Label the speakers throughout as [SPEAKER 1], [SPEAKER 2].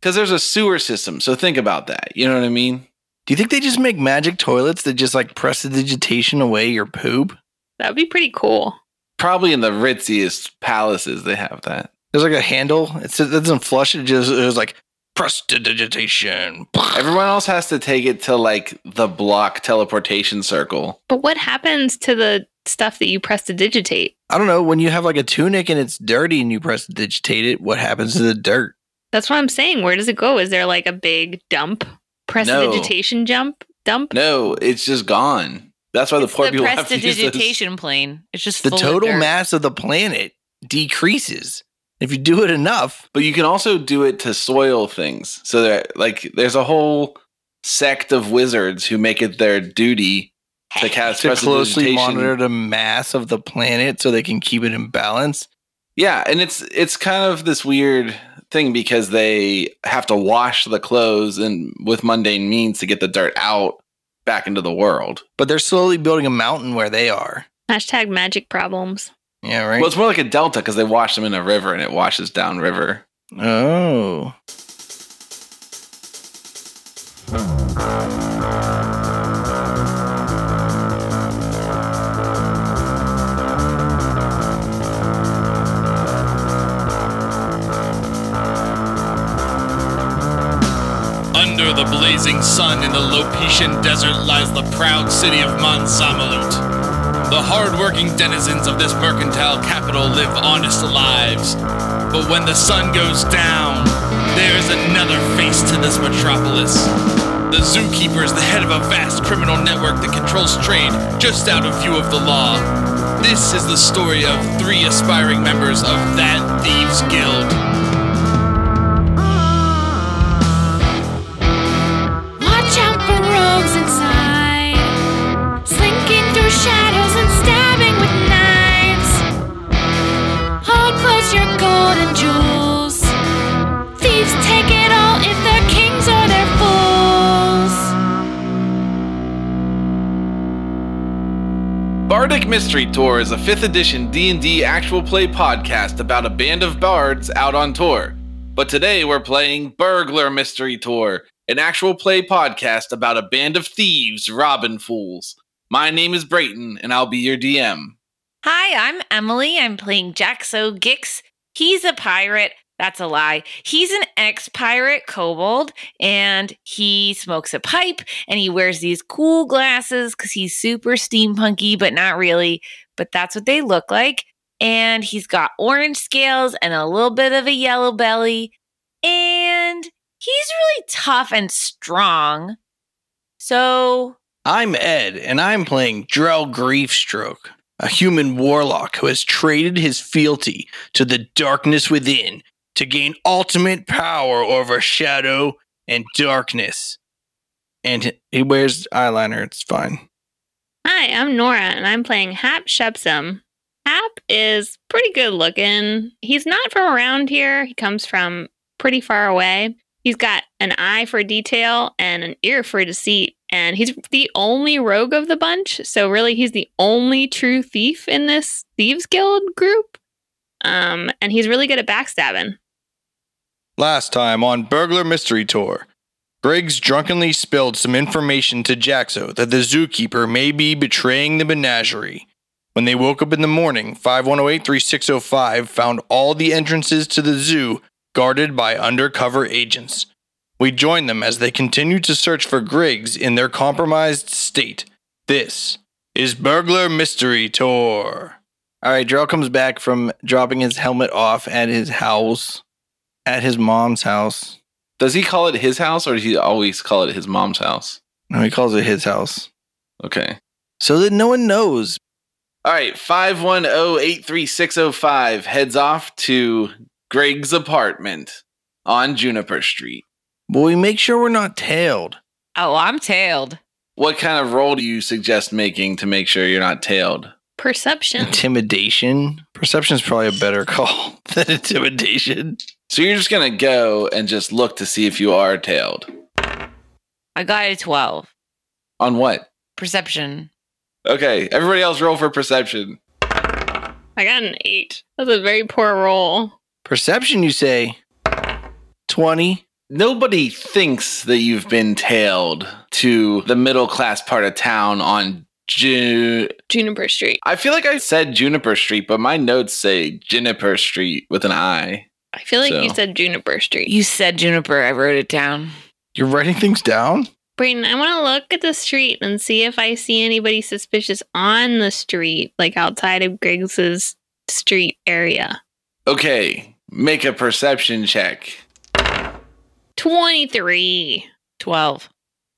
[SPEAKER 1] Because there's a sewer system. So think about that. You know what I mean?
[SPEAKER 2] Do you think they just make magic toilets that just like press the digitation away your poop?
[SPEAKER 3] That would be pretty cool.
[SPEAKER 1] Probably in the ritziest palaces, they have that.
[SPEAKER 2] There's like a handle. It's, it doesn't flush. It just it was like press the digitation.
[SPEAKER 1] Everyone else has to take it to like the block teleportation circle.
[SPEAKER 3] But what happens to the stuff that you press to digitate?
[SPEAKER 2] I don't know. When you have like a tunic and it's dirty and you press digitate it, what happens to the dirt?
[SPEAKER 3] That's what I'm saying. Where does it go? Is there like a big dump? Press
[SPEAKER 1] No.
[SPEAKER 3] digitation jump dump?
[SPEAKER 1] No, it's just gone. That's why Oh, the
[SPEAKER 4] It's
[SPEAKER 1] poor
[SPEAKER 4] the
[SPEAKER 1] people have to use those.
[SPEAKER 4] prestidigitation plane. It's just
[SPEAKER 2] The
[SPEAKER 4] full of
[SPEAKER 2] total
[SPEAKER 4] dirt.
[SPEAKER 2] mass of the planet decreases. If you do it enough,
[SPEAKER 1] But you can also do it to soil things. So that like there's a whole sect of wizards who make it their duty to cast
[SPEAKER 2] to closely
[SPEAKER 1] prestidigitation.
[SPEAKER 2] monitor the mass of the planet so they can keep it in balance.
[SPEAKER 1] Yeah, and it's it's kind of this weird thing because they have to wash the clothes and with mundane means to get the dirt out back into the world.
[SPEAKER 2] But they're slowly building a mountain where they are.
[SPEAKER 3] Hashtag magic problems.
[SPEAKER 2] Yeah, right.
[SPEAKER 1] Well, it's more like a delta because they wash them in a river and it washes down river.
[SPEAKER 2] oh.
[SPEAKER 5] Under the blazing sun in the Lopetian desert lies the proud city of Monsamalut. The hard-working denizens of this mercantile capital live honest lives. But when the sun goes down, there is another face to this metropolis. The zookeeper is the head of a vast criminal network that controls trade just out of view of the law. This is the story of three aspiring members of that thieves guild.
[SPEAKER 6] Watch out for rogues inside, slinking through shadows and stabbing with knives. Hold close your gold and jewels. Thieves take it all if they're kings or they're fools.
[SPEAKER 1] Bardic Mystery Tour is a 5th edition D&D actual play podcast about a band of bards out on tour. But today we're playing Burglar Mystery Tour, an actual play podcast about a band of thieves robbing fools. My name is Brayton and I'll be your DM.
[SPEAKER 4] Hi, I'm Emily. I'm playing Jaxo Gix. He's a pirate. That's a lie. He's an ex pirate kobold and he smokes a pipe and he wears these cool glasses because he's super steampunky, but not really. But that's what they look like. And he's got orange scales and a little bit of a yellow belly. And he's really tough and strong. So
[SPEAKER 2] I'm Ed, and I'm playing Drell Griefstroke, a human warlock who has traded his fealty to the darkness within to gain ultimate power over shadow and darkness. And he wears eyeliner, it's fine.
[SPEAKER 3] Hi, I'm Nora, and I'm playing Hap Shepsum. Hap is pretty good looking. He's not from around here. He comes from pretty far away. He's got an eye for detail and an ear for deceit, and he's the only rogue of the bunch. So really, he's the only true thief in this thieves guild group. Um, and he's really good at backstabbing.
[SPEAKER 2] Last time on Burglar Mystery Tour, Briggs drunkenly spilled some information to Jaxo that the zookeeper may be betraying the menagerie. When they woke up in the morning, 5108 3605 found all the entrances to the zoo guarded by undercover agents. We join them as they continue to search for Griggs in their compromised state. This is Burglar Mystery Tour. All right, Drell comes back from dropping his helmet off at his house at his mom's house.
[SPEAKER 1] Does he call it his house or does he always call it his mom's house?
[SPEAKER 2] No, he calls it his house.
[SPEAKER 1] Okay.
[SPEAKER 2] So that no one knows.
[SPEAKER 1] All right, 510-83605 heads off to Greg's apartment on Juniper Street.
[SPEAKER 2] But we make sure we're not tailed.
[SPEAKER 4] Oh, I'm tailed.
[SPEAKER 1] What kind of roll do you suggest making to make sure you're not tailed?
[SPEAKER 3] Perception.
[SPEAKER 2] Intimidation. Perception is probably a better call than intimidation.
[SPEAKER 1] So you're just gonna go and just look to see if you are tailed.
[SPEAKER 4] I got a 12.
[SPEAKER 1] On what?
[SPEAKER 4] Perception.
[SPEAKER 1] Okay, everybody else roll for perception.
[SPEAKER 3] I got an eight. That's a very poor roll.
[SPEAKER 2] Perception, you say? 20.
[SPEAKER 1] nobody thinks that you've been tailed to the middle class part of town on Ju.
[SPEAKER 3] Juniper Street.
[SPEAKER 1] I feel like I said Juniper Street, but my notes say Juniper Street with an I.
[SPEAKER 3] I feel like you
[SPEAKER 1] So.
[SPEAKER 3] said Juniper Street.
[SPEAKER 4] You said Juniper. I wrote it down.
[SPEAKER 2] You're writing things down?
[SPEAKER 3] Brayden, I want to look at the street and see if I see anybody suspicious on the street, like outside of Griggs's street area.
[SPEAKER 1] Okay, make a perception check.
[SPEAKER 3] 23.
[SPEAKER 4] 12.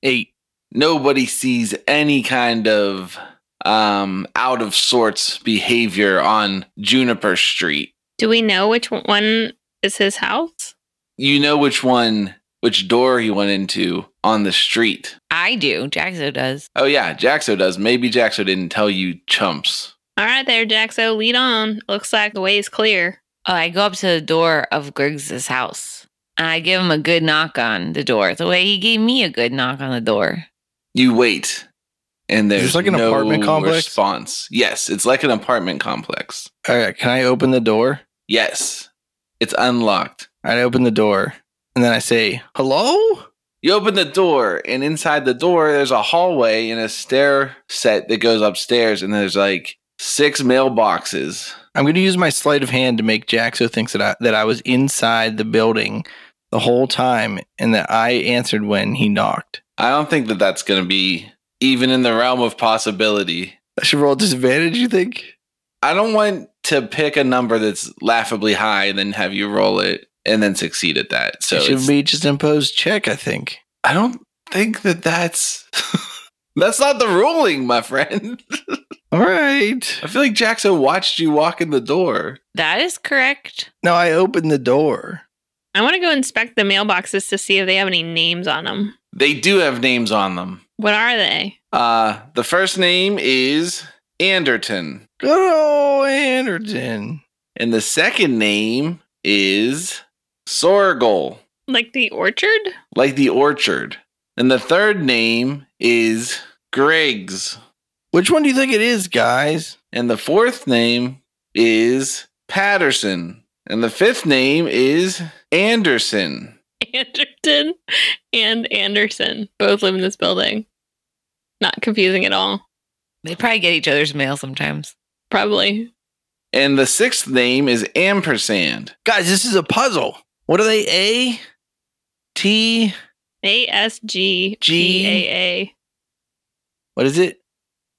[SPEAKER 1] Eight. Nobody sees any kind of um out of sorts behavior on Juniper Street.
[SPEAKER 3] Do we know which one is his house?
[SPEAKER 1] You know which one, which door he went into on the street.
[SPEAKER 4] I do. Jaxo does.
[SPEAKER 1] Oh yeah, Jaxo does. Maybe Jaxo didn't tell you chumps.
[SPEAKER 3] All right, there, Jaxo, lead on. Looks like the way is clear.
[SPEAKER 4] Oh, I go up to the door of Griggs's house. And I give him a good knock on the door, the way he gave me a good knock on the door.
[SPEAKER 1] You wait, and
[SPEAKER 2] Is
[SPEAKER 1] there's
[SPEAKER 2] this like an
[SPEAKER 1] no
[SPEAKER 2] apartment complex?
[SPEAKER 1] response. Yes, it's like an apartment complex.
[SPEAKER 2] All right, can I open the door?
[SPEAKER 1] Yes, it's unlocked.
[SPEAKER 2] I open the door and then I say, hello?
[SPEAKER 1] You open the door, and inside the door, there's a hallway and a stair set that goes upstairs, and there's like six mailboxes.
[SPEAKER 2] I'm going to use my sleight of hand to make Jaxo think that I, that I was inside the building the whole time and that I answered when he knocked.
[SPEAKER 1] I don't think that that's going to be even in the realm of possibility.
[SPEAKER 2] I should roll disadvantage, you think?
[SPEAKER 1] I don't want to pick a number that's laughably high and then have you roll it and then succeed at that. So
[SPEAKER 2] it should
[SPEAKER 1] it's-
[SPEAKER 2] be just imposed check, I think.
[SPEAKER 1] I don't think that that's that's not the ruling, my friend.
[SPEAKER 2] All right.
[SPEAKER 1] I feel like Jackson watched you walk in the door.
[SPEAKER 4] That is correct.
[SPEAKER 2] Now I open the door.
[SPEAKER 3] I want to go inspect the mailboxes to see if they have any names on them.
[SPEAKER 1] They do have names on them.
[SPEAKER 3] What are they?
[SPEAKER 1] Uh the first name is Anderton,
[SPEAKER 2] Good old Anderton.
[SPEAKER 1] and the second name is Sorgel,
[SPEAKER 3] Like the orchard?
[SPEAKER 1] like the orchard. And the third name is Griggs,
[SPEAKER 2] Which one do you think it is, guys?
[SPEAKER 1] and the fourth name is Patterson, and the fifth name is Anderson.
[SPEAKER 3] Anderton and Anderson both live in this building. Not confusing at all.
[SPEAKER 4] They probably get each other's mail sometimes.
[SPEAKER 3] Probably.
[SPEAKER 1] And the sixth name is ampersand.
[SPEAKER 2] Guys, this is a puzzle. What are they? A, T,
[SPEAKER 3] A S G P
[SPEAKER 2] G.
[SPEAKER 3] A
[SPEAKER 2] what is it?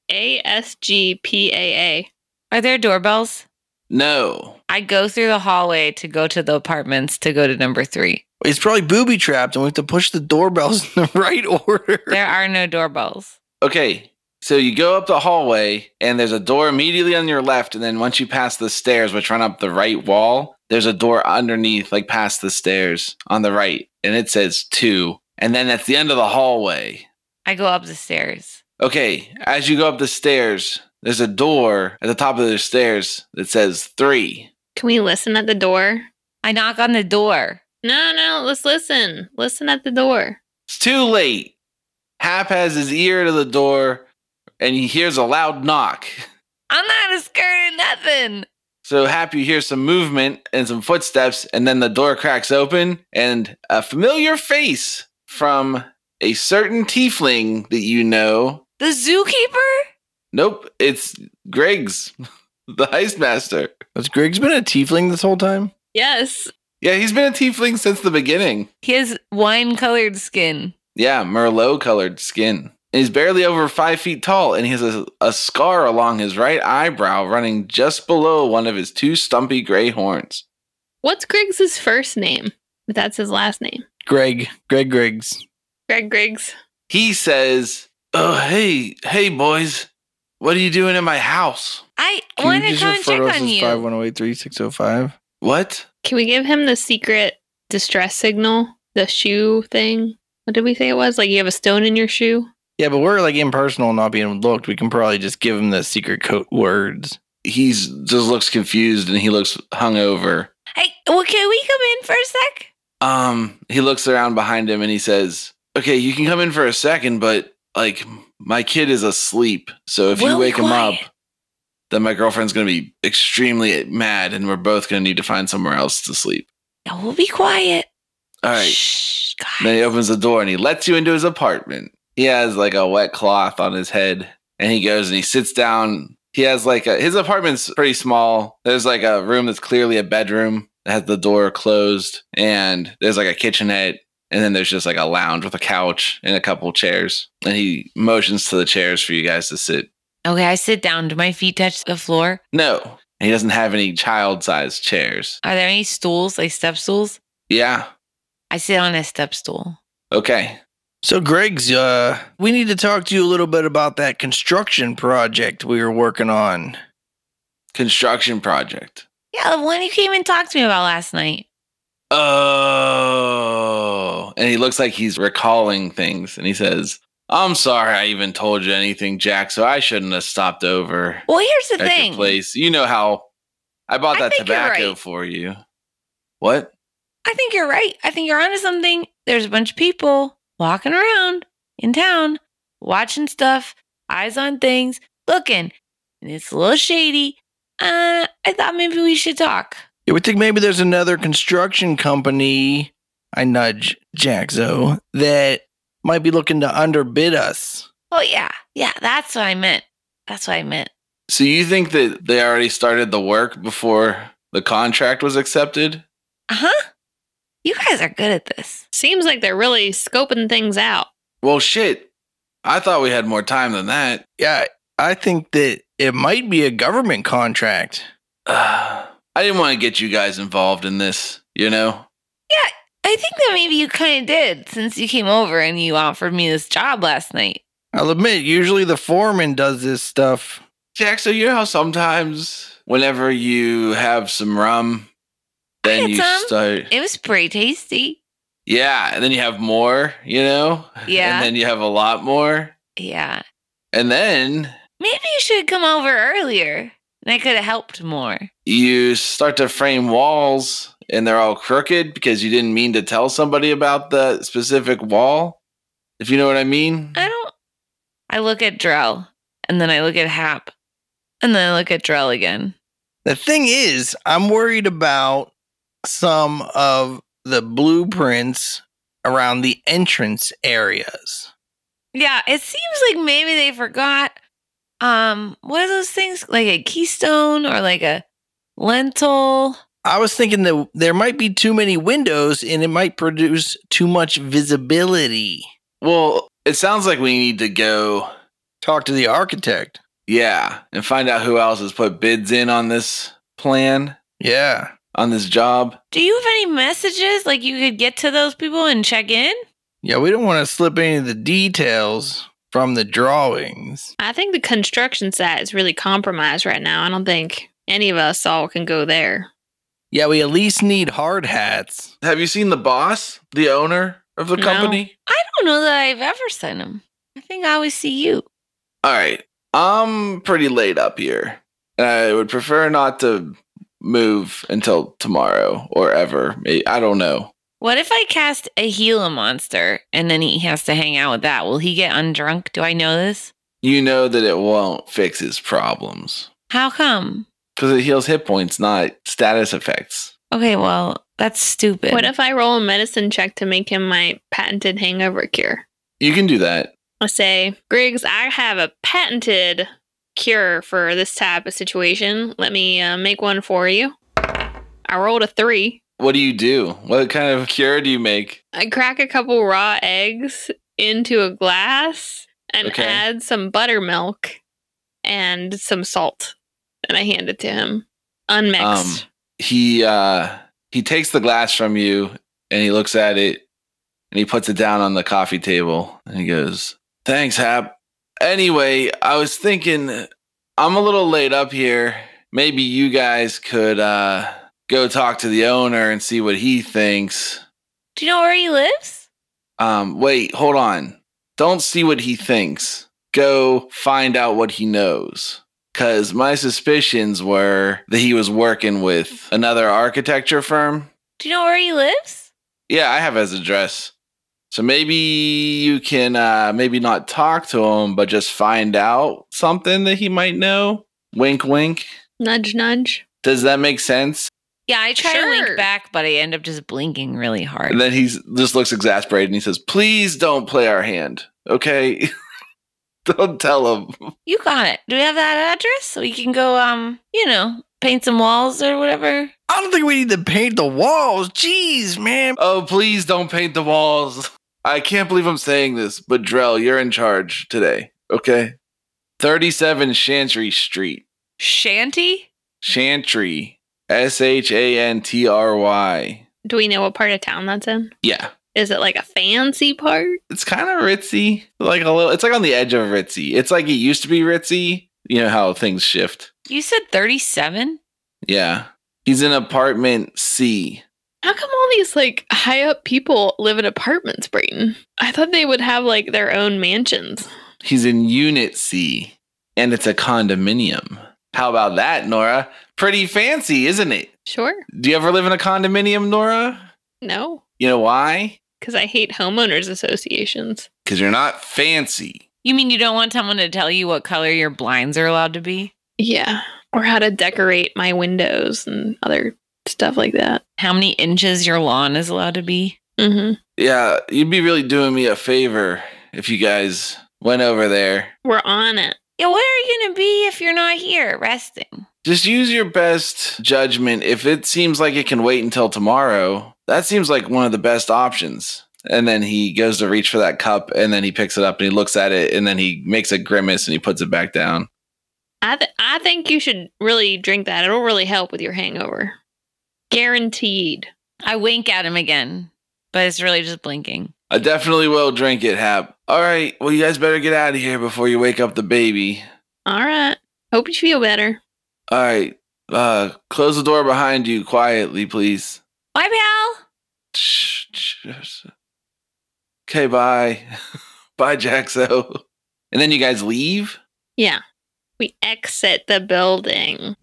[SPEAKER 3] A. A S G P A A.
[SPEAKER 4] Are there doorbells?
[SPEAKER 1] No.
[SPEAKER 4] I go through the hallway to go to the apartments to go to number three.
[SPEAKER 2] It's probably booby trapped, and we have to push the doorbells in the right order.
[SPEAKER 4] There are no doorbells.
[SPEAKER 1] Okay. So you go up the hallway, and there's a door immediately on your left. And then once you pass the stairs, which run up the right wall, there's a door underneath, like past the stairs on the right. And it says two. And then that's the end of the hallway.
[SPEAKER 4] I go up the stairs.
[SPEAKER 1] Okay. As you go up the stairs, there's a door at the top of the stairs that says three.
[SPEAKER 3] Can we listen at the door?
[SPEAKER 4] I knock on the door.
[SPEAKER 3] No, no, let's listen. Listen at the door.
[SPEAKER 1] It's too late. Hap has his ear to the door, and he hears a loud knock.
[SPEAKER 4] I'm not scared of nothing.
[SPEAKER 1] So Happy hears some movement and some footsteps, and then the door cracks open, and a familiar face from a certain tiefling that you know.
[SPEAKER 4] The zookeeper?
[SPEAKER 1] Nope, it's Greg's, the heist master.
[SPEAKER 2] Has Griggs been a tiefling this whole time?
[SPEAKER 3] Yes.
[SPEAKER 1] Yeah, he's been a tiefling since the beginning.
[SPEAKER 4] He has wine colored skin.
[SPEAKER 1] Yeah, Merlot colored skin. And he's barely over five feet tall, and he has a, a scar along his right eyebrow running just below one of his two stumpy gray horns.
[SPEAKER 3] What's Griggs' first name? But that's his last name.
[SPEAKER 2] Greg, Greg Griggs.
[SPEAKER 3] Greg Griggs.
[SPEAKER 1] he says, "Oh, hey, hey, boys, what are you doing in my house?
[SPEAKER 4] I
[SPEAKER 2] Can
[SPEAKER 4] want
[SPEAKER 2] you
[SPEAKER 4] to
[SPEAKER 2] just
[SPEAKER 4] come and
[SPEAKER 2] refer
[SPEAKER 4] check
[SPEAKER 2] to us
[SPEAKER 4] on
[SPEAKER 2] as
[SPEAKER 4] you.
[SPEAKER 2] 510-83605?
[SPEAKER 1] What?
[SPEAKER 3] Can we give him the secret distress signal? The shoe thing? What did we say it was? Like you have a stone in your shoe?
[SPEAKER 2] Yeah, but we're like impersonal, not being looked. We can probably just give him the secret code words.
[SPEAKER 1] He's just looks confused and he looks hungover.
[SPEAKER 4] hey, well, can we come in for a sec?
[SPEAKER 1] Um, he looks around behind him and he says, "Okay, you can come in for a second, but like my kid is asleep, so if
[SPEAKER 4] We'll
[SPEAKER 1] you
[SPEAKER 4] be
[SPEAKER 1] wake him up."
[SPEAKER 4] quiet.
[SPEAKER 1] Then my girlfriend's gonna be extremely mad, and we're both gonna need to find somewhere else to sleep.
[SPEAKER 4] No, we'll be quiet.
[SPEAKER 1] All right.
[SPEAKER 4] Shh,
[SPEAKER 1] Then
[SPEAKER 4] guys.
[SPEAKER 1] he opens the door and he lets you into his apartment. He has like a wet cloth on his head and he goes and he sits down. He has like a, his apartment's pretty small. There's like a room that's clearly a bedroom that has the door closed and there's like a kitchenette and then there's just like a lounge with a couch and a couple chairs. And he motions to the chairs for you guys to sit.
[SPEAKER 4] Okay, I sit down. Do my feet touch the floor?
[SPEAKER 1] No. He doesn't have any child sized chairs.
[SPEAKER 4] Are there any stools, like step stools?
[SPEAKER 1] Yeah.
[SPEAKER 4] I sit on a step stool.
[SPEAKER 1] Okay.
[SPEAKER 2] So, Greg's, uh, we need to talk to you a little bit about that construction project we were working on.
[SPEAKER 1] Construction project.
[SPEAKER 4] Yeah, the one you came and talked to me about last night.
[SPEAKER 1] Oh. And he looks like he's recalling things and he says, I'm sorry I even told you anything, Jack, so I shouldn't have stopped over
[SPEAKER 4] Well, here's the
[SPEAKER 1] at
[SPEAKER 4] thing.
[SPEAKER 1] your place. You know how I bought
[SPEAKER 4] I
[SPEAKER 1] that
[SPEAKER 4] think you're
[SPEAKER 1] tobacco
[SPEAKER 4] right.
[SPEAKER 1] for you. What?
[SPEAKER 4] I think you're right. I think you're onto something. There's a bunch of people walking around in town, watching stuff, eyes on things, looking, and it's a little shady. Uh, I thought maybe we should talk.
[SPEAKER 2] You would think maybe there's another construction company, I nudge Jaxo, that might be looking to underbid us.
[SPEAKER 4] Oh yeah, yeah, that's what I meant. That's what I meant.
[SPEAKER 1] So you think that they already started the work before the contract was accepted?
[SPEAKER 4] Uh huh. You guys are good at this.
[SPEAKER 3] Seems like they're really scoping things out.
[SPEAKER 1] Well, shit. I thought we had more time than that.
[SPEAKER 2] Yeah, I think that it might be a government contract.
[SPEAKER 1] I didn't want to get you guys involved in this, you know?
[SPEAKER 4] I think that maybe you kind of did since you came over and you offered me this job last night.
[SPEAKER 2] I'll admit, usually the foreman does this stuff.
[SPEAKER 1] Jack, so you know how sometimes whenever you have some rum, then
[SPEAKER 4] had
[SPEAKER 1] you
[SPEAKER 4] some.
[SPEAKER 1] start.
[SPEAKER 4] It was pretty tasty.
[SPEAKER 1] Yeah, and then you have more, you know?
[SPEAKER 4] Yeah.
[SPEAKER 1] And then you have a lot more.
[SPEAKER 4] Yeah.
[SPEAKER 1] And then
[SPEAKER 4] Maybe you should have come over earlier and I could have helped more.
[SPEAKER 1] you start to frame walls and they're all crooked because you didn't mean to tell somebody about the specific wall, if you know what I mean.
[SPEAKER 4] I don't. I look at Drell and then I look at Hap and then I look at Drell again.
[SPEAKER 2] The thing is, I'm worried about some of the blueprints around the entrance areas.
[SPEAKER 4] Yeah, it seems like maybe they forgot. Um, what are those things like a keystone or like a lentil?
[SPEAKER 2] I was thinking that there might be too many windows and it might produce too much visibility.
[SPEAKER 1] well, it sounds like we need to go,
[SPEAKER 2] Talk to the architect.
[SPEAKER 1] yeah, and find out who else has put bids in on this plan,
[SPEAKER 2] Yeah.
[SPEAKER 1] on this job.
[SPEAKER 4] Do you have any messages like you could get to those people and check in?
[SPEAKER 2] Yeah, we don't want to slip any of the details from the drawings.
[SPEAKER 3] I think the construction site is really compromised right now. I don't think any of us all can go there.
[SPEAKER 2] Yeah, we at least need hard hats.
[SPEAKER 1] Have you seen the boss, the owner of the
[SPEAKER 3] No.
[SPEAKER 1] company?
[SPEAKER 4] I don't know that I've ever seen them. I think I always see you.
[SPEAKER 1] All right. I'm pretty laid up here. And I would prefer not to move until tomorrow or ever. May- I don't know.
[SPEAKER 4] What if I cast a Gila monster and then he has to hang out with that? Will he get undrunk? Do I know this?
[SPEAKER 1] You know that it won't fix his problems
[SPEAKER 4] How come?
[SPEAKER 1] because it heals hit points, not status effects.
[SPEAKER 4] Okay, well, that's stupid.
[SPEAKER 3] What if I roll a medicine check to make him my patented hangover cure?
[SPEAKER 1] You can do that.
[SPEAKER 3] I say, Griggs, I have a patented cure for this type of situation. Let me uh, make one for you. I rolled a three.
[SPEAKER 1] What do you do? What kind of cure do you make?
[SPEAKER 3] I crack a couple raw eggs into a glass and
[SPEAKER 1] Okay.
[SPEAKER 3] add some buttermilk and some salt. And I hand it to him unmixed.
[SPEAKER 1] Um, He uh he takes the glass from you and he looks at it and he puts it down on the coffee table and he goes, "Thanks, Hap. Anyway, I was thinking I'm a little laid up here. Maybe you guys could uh go talk to the owner and see what he thinks.
[SPEAKER 4] Do you know where he lives?
[SPEAKER 1] Um wait, hold on. Don't see what he thinks. Go find out what he knows." Because my suspicions were that he was working with another architecture firm.
[SPEAKER 4] Do you know where he lives?
[SPEAKER 1] Yeah, I have his address. So maybe you can uh maybe not talk to him, but just find out something that he might know. Wink wink.
[SPEAKER 3] nudge, nudge.
[SPEAKER 1] Does that make sense?
[SPEAKER 4] Yeah, I try to
[SPEAKER 3] Sure.
[SPEAKER 4] link back, but I end up just blinking really hard.
[SPEAKER 1] And then he just looks exasperated and he says, Please don't play our hand. Okay. don't tell him.
[SPEAKER 4] You got it. Do we have that address? So we can go, um, you know, paint some walls or whatever.
[SPEAKER 2] I don't think we need to paint the walls. Jeez, man.
[SPEAKER 1] Oh, please don't paint the walls. I can't believe I'm saying this, but Drell, you're in charge today. Okay. 37 Chantry Street.
[SPEAKER 4] Shanty?
[SPEAKER 1] Chantry. S H A N T R Y.
[SPEAKER 3] Do we know what part of town that's in?
[SPEAKER 1] Yeah.
[SPEAKER 3] Is it like a fancy part?
[SPEAKER 1] It's kind of ritzy. Like a little, it's like on the edge of ritzy. It's like it used to be ritzy. You know how things shift.
[SPEAKER 4] You said 37?
[SPEAKER 1] Yeah. He's in apartment C.
[SPEAKER 3] How come all these like high up people live in apartments, Brayton? I thought they would have like their own mansions.
[SPEAKER 1] He's in Unit C, and it's a condominium. How about that, Nora? Pretty fancy, isn't it?
[SPEAKER 3] Sure.
[SPEAKER 1] Do you ever live in a condominium, Nora?
[SPEAKER 3] No,
[SPEAKER 1] You know why?
[SPEAKER 3] because I hate homeowners associations.
[SPEAKER 1] Because you're not fancy.
[SPEAKER 4] You mean you don't want someone to tell you what color your blinds are allowed to be?
[SPEAKER 3] Yeah. Or how to decorate my windows and other stuff like that.
[SPEAKER 4] How many inches your lawn is allowed to be?
[SPEAKER 3] hmm
[SPEAKER 1] Yeah, you'd be really doing me a favor if you guys went over there.
[SPEAKER 3] We're on it.
[SPEAKER 4] Yeah, where are you going to be if you're not here resting?
[SPEAKER 1] Just use your best judgment. If it seems like it can wait until tomorrow, that seems like one of the best options. And then he goes to reach for that cup and then he picks it up and he looks at it and then he makes a grimace and he puts it back down.
[SPEAKER 3] I th- I think you should really drink that. It'll really help with your hangover. Guaranteed.
[SPEAKER 4] I wink at him again, but it's really just blinking.
[SPEAKER 1] I definitely will drink it, Hap. All right, well, you guys better get out of here before you wake up the baby.
[SPEAKER 3] All right. Hope you feel better.
[SPEAKER 1] All right, uh, close the door behind you quietly, please.
[SPEAKER 4] Bye, pal.
[SPEAKER 1] Shh, shh. Okay, bye. bye, Jaxo. And then you guys leave?
[SPEAKER 3] Yeah. We exit the building.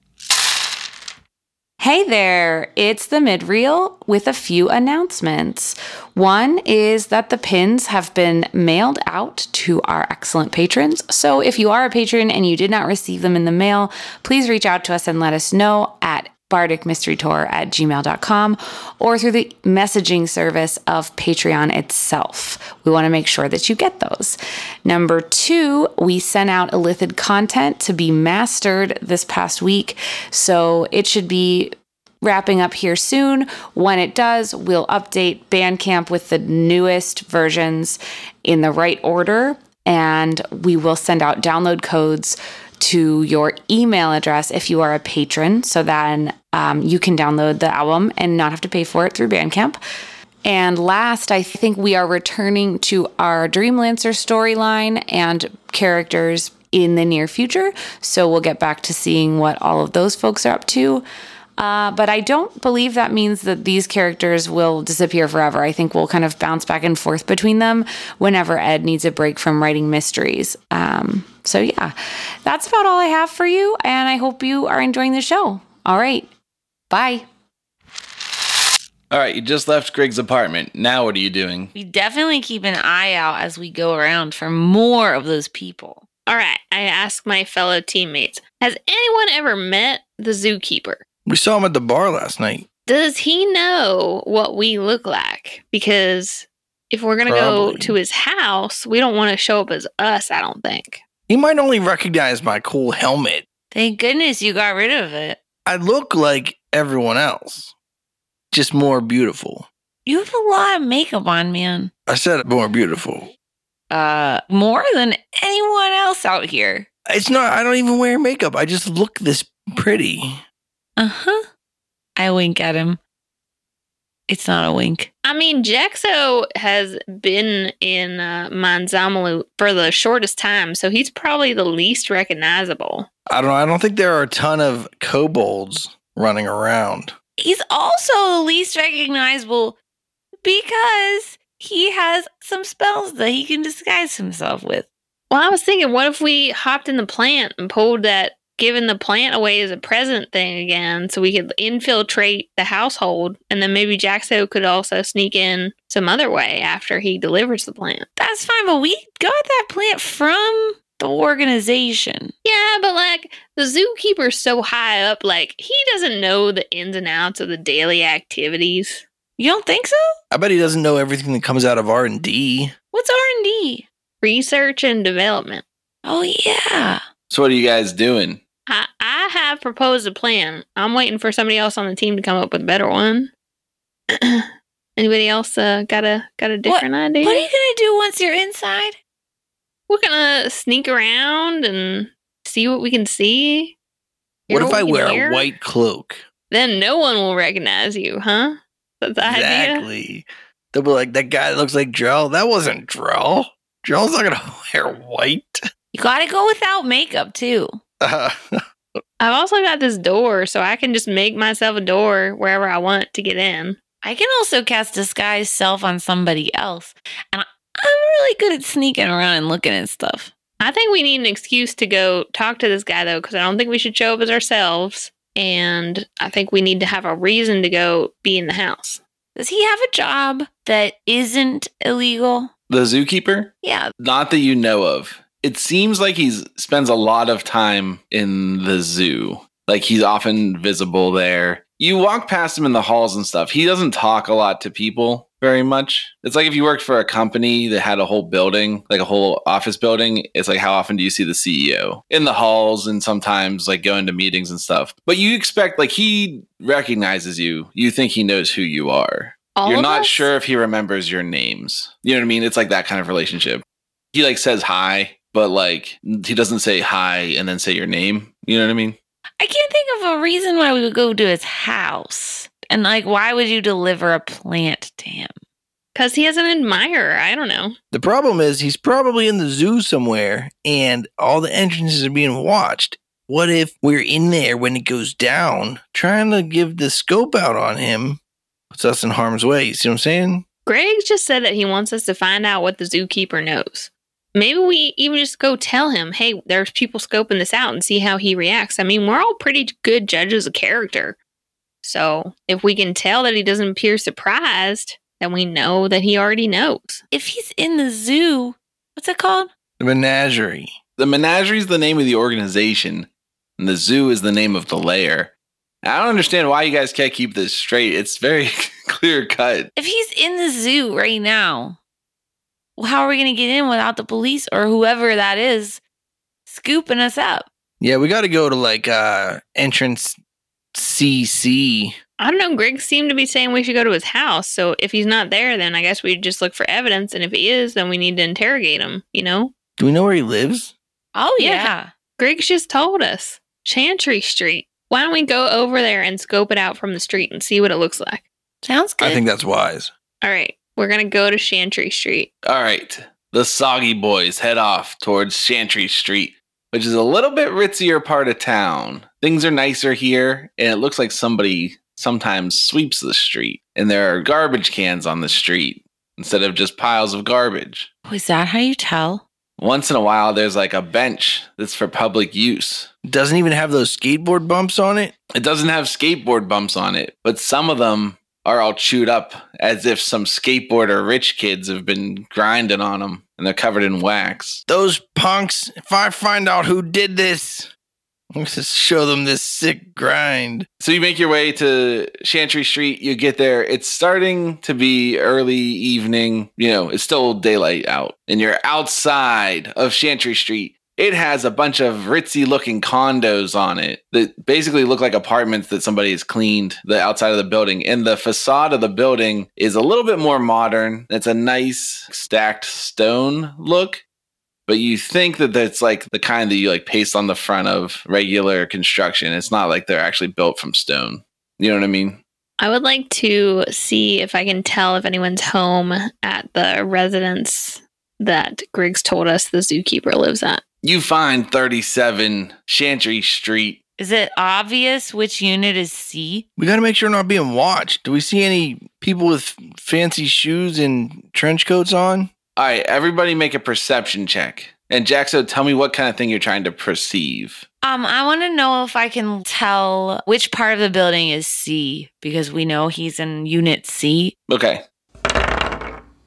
[SPEAKER 7] Hey there, it's the mid reel with a few announcements. One is that the pins have been mailed out to our excellent patrons. So if you are a patron and you did not receive them in the mail, please reach out to us and let us know at bardicmysterytour at gmail.com or through the messaging service of Patreon itself. We want to make sure that you get those. Number two, we sent out Elithid content to be mastered this past week. So it should be wrapping up here soon. When it does, we'll update Bandcamp with the newest versions in the right order, and we will send out download codes to your email address if you are a patron. So then um, you can download the album and not have to pay for it through Bandcamp. And last, I think we are returning to our Dreamlancer storyline and characters in the near future. So we'll get back to seeing what all of those folks are up to. Uh, but I don't believe that means that these characters will disappear forever. I think we'll kind of bounce back and forth between them whenever Ed needs a break from writing mysteries. Um, so, yeah, that's about all I have for you. And I hope you are enjoying the show. All right. Bye.
[SPEAKER 1] All right, you just left Grig's apartment. Now what are you doing?
[SPEAKER 4] We definitely keep an eye out as we go around for more of those people.
[SPEAKER 3] All right. I ask my fellow teammates Has anyone ever met the zookeeper?
[SPEAKER 2] We saw him at the bar last night.
[SPEAKER 3] Does he know what we look like? Because if we're going to go
[SPEAKER 2] Probably.
[SPEAKER 3] to his house, we don't want to show up as us, I don't think.
[SPEAKER 2] He might only recognize my cool helmet.
[SPEAKER 4] Thank goodness you got rid of it.
[SPEAKER 2] I look like everyone else, just more beautiful.
[SPEAKER 4] You have a lot of makeup on, man.
[SPEAKER 2] I said more beautiful.
[SPEAKER 4] Uh, more than anyone else out here.
[SPEAKER 2] It's not, I don't even wear makeup. I just look this pretty.
[SPEAKER 4] Uh huh. I wink at him. It's not a wink.
[SPEAKER 3] I mean, Jaxo has been in uh, Manzamalu for the shortest time, so he's probably the least recognizable.
[SPEAKER 2] I don't know. I don't think there are a ton of kobolds running around.
[SPEAKER 4] He's also the least recognizable because he has some spells that he can disguise himself with.
[SPEAKER 3] Well, I was thinking, what if we hopped in the plant and pulled that giving the plant away as a present thing again so we could infiltrate the household and then maybe Jaxo could also sneak in some other way after he delivers the plant.
[SPEAKER 4] That's fine, but we got that plant from the organization.
[SPEAKER 3] Yeah, but like the zookeeper's so high up, like he doesn't know the ins and outs of the daily activities.
[SPEAKER 4] You don't think so?
[SPEAKER 2] I bet he doesn't know everything that comes out of R and D.
[SPEAKER 4] What's R and D?
[SPEAKER 3] Research and development.
[SPEAKER 4] Oh yeah.
[SPEAKER 1] So what are you guys doing?
[SPEAKER 3] I, I have proposed a plan. I'm waiting for somebody else on the team to come up with a better one. Anybody else uh, got a got a different idea?
[SPEAKER 4] What are you gonna do once you're inside?
[SPEAKER 3] We're gonna sneak around and see what we can see.
[SPEAKER 2] What
[SPEAKER 3] hear
[SPEAKER 2] if I
[SPEAKER 3] we can
[SPEAKER 2] wear
[SPEAKER 3] hear.
[SPEAKER 2] a white cloak?
[SPEAKER 3] Then no one will recognize you, huh? That's the idea.
[SPEAKER 2] Exactly. They'll be like, that guy looks like Drell. That wasn't Drell. Drell's not gonna wear white.
[SPEAKER 4] You gotta go without makeup too.
[SPEAKER 2] Uh,
[SPEAKER 3] I've also got this door, so I can just make myself a door wherever I want to get in.
[SPEAKER 4] I can also cast disguise self on somebody else. And I- I'm really good at sneaking around and looking at stuff.
[SPEAKER 3] I think we need an excuse to go talk to this guy though, because I don't think we should show up as ourselves. And I think we need to have a reason to go be in the house.
[SPEAKER 4] Does he have a job that isn't illegal?
[SPEAKER 1] The zookeeper?
[SPEAKER 4] Yeah.
[SPEAKER 1] Not that you know of. It seems like he spends a lot of time in the zoo. Like he's often visible there. You walk past him in the halls and stuff. He doesn't talk a lot to people very much. It's like if you worked for a company that had a whole building, like a whole office building, it's like how often do you see the CEO in the halls and sometimes like going to meetings and stuff. But you expect like he recognizes you. You think he knows who you are
[SPEAKER 3] All
[SPEAKER 1] you're
[SPEAKER 3] of
[SPEAKER 1] not
[SPEAKER 3] us?
[SPEAKER 1] sure if he remembers your names. You know what I mean? It's like that kind of relationship. He like says hi, but like he doesn't say hi and then say your name. You know what I mean?
[SPEAKER 4] I can't think of a reason why we would go to his house. And like, why would you deliver a plant to him?
[SPEAKER 3] Because he has an admirer. I don't know.
[SPEAKER 2] the problem is, he's probably in the zoo somewhere, and all the entrances are being watched. What if we're in there when it goes down, trying to give the scope out on him? Puts us in harm's way. You see what I'm saying?
[SPEAKER 3] Greg just said that he wants us to find out what the zookeeper knows. Maybe we even just go tell him, hey, there's people scoping this out and see how he reacts. I mean, we're all pretty good judges of character. So if we can tell that he doesn't appear surprised, then we know that he already knows.
[SPEAKER 4] If he's in the zoo, what's it called?
[SPEAKER 2] The menagerie.
[SPEAKER 1] The menagerie is the name of the organization, and the zoo is the name of the lair. I don't understand why you guys can't keep this straight. It's very clear cut.
[SPEAKER 4] If he's in the zoo right now, well, how are we going to get in without the police or whoever that is scooping us up?
[SPEAKER 2] Yeah, we got to go to like uh entrance CC.
[SPEAKER 3] I don't know. Greg seemed to be saying we should go to his house. So if he's not there, then I guess we just look for evidence. And if he is, then we need to interrogate him, you know?
[SPEAKER 2] Do we know where he lives?
[SPEAKER 4] Oh,
[SPEAKER 3] Yeah.
[SPEAKER 4] yeah.
[SPEAKER 3] Griggs just told us. Chantry Street. Why don't we go over there and scope it out from the street and see what it looks like?
[SPEAKER 4] Sounds good.
[SPEAKER 2] I think that's wise.
[SPEAKER 3] All right, we're going to go to Chantry Street.
[SPEAKER 1] All right. The Soggy Boys head off towards Chantry Street, which is a little bit ritzier part of town. Things are nicer here, and it looks like somebody sometimes sweeps the street, and there are garbage cans on the street instead of just piles of garbage.
[SPEAKER 4] Oh, is that how you tell?
[SPEAKER 1] Once in a while, there's like a bench that's for public use.
[SPEAKER 2] Doesn't even have those skateboard bumps on it.
[SPEAKER 1] It doesn't have skateboard bumps on it, but some of them are all chewed up as if some skateboarder rich kids have been grinding on them and they're covered in wax.
[SPEAKER 2] Those punks, if I find out who did this, I'm gonna show them this sick grind.
[SPEAKER 1] So you make your way to Chantry Street. You get there. It's starting to be early evening. You know, it's still daylight out, and you're outside of Chantry Street. It has a bunch of ritzy looking condos on it that basically look like apartments that somebody has cleaned the outside of the building. And the facade of the building is a little bit more modern. It's a nice stacked stone look but you think that that's like the kind that you like paste on the front of regular construction. It's not like they're actually built from stone. You know what I mean?
[SPEAKER 3] I would like to see if I can tell if anyone's home at the residence that Griggs told us the zookeeper lives at.
[SPEAKER 1] You find 37 Chantry Street.
[SPEAKER 4] Is it obvious which unit is C?
[SPEAKER 2] We gotta make sure we're not being watched. Do we see any people with fancy shoes and trench coats on?
[SPEAKER 1] All right, everybody make a perception check. And Jaxo, tell me what kind of thing you're trying to perceive.
[SPEAKER 4] Um, I want to know if I can tell which part of the building is C because we know he's in unit C.
[SPEAKER 1] Okay.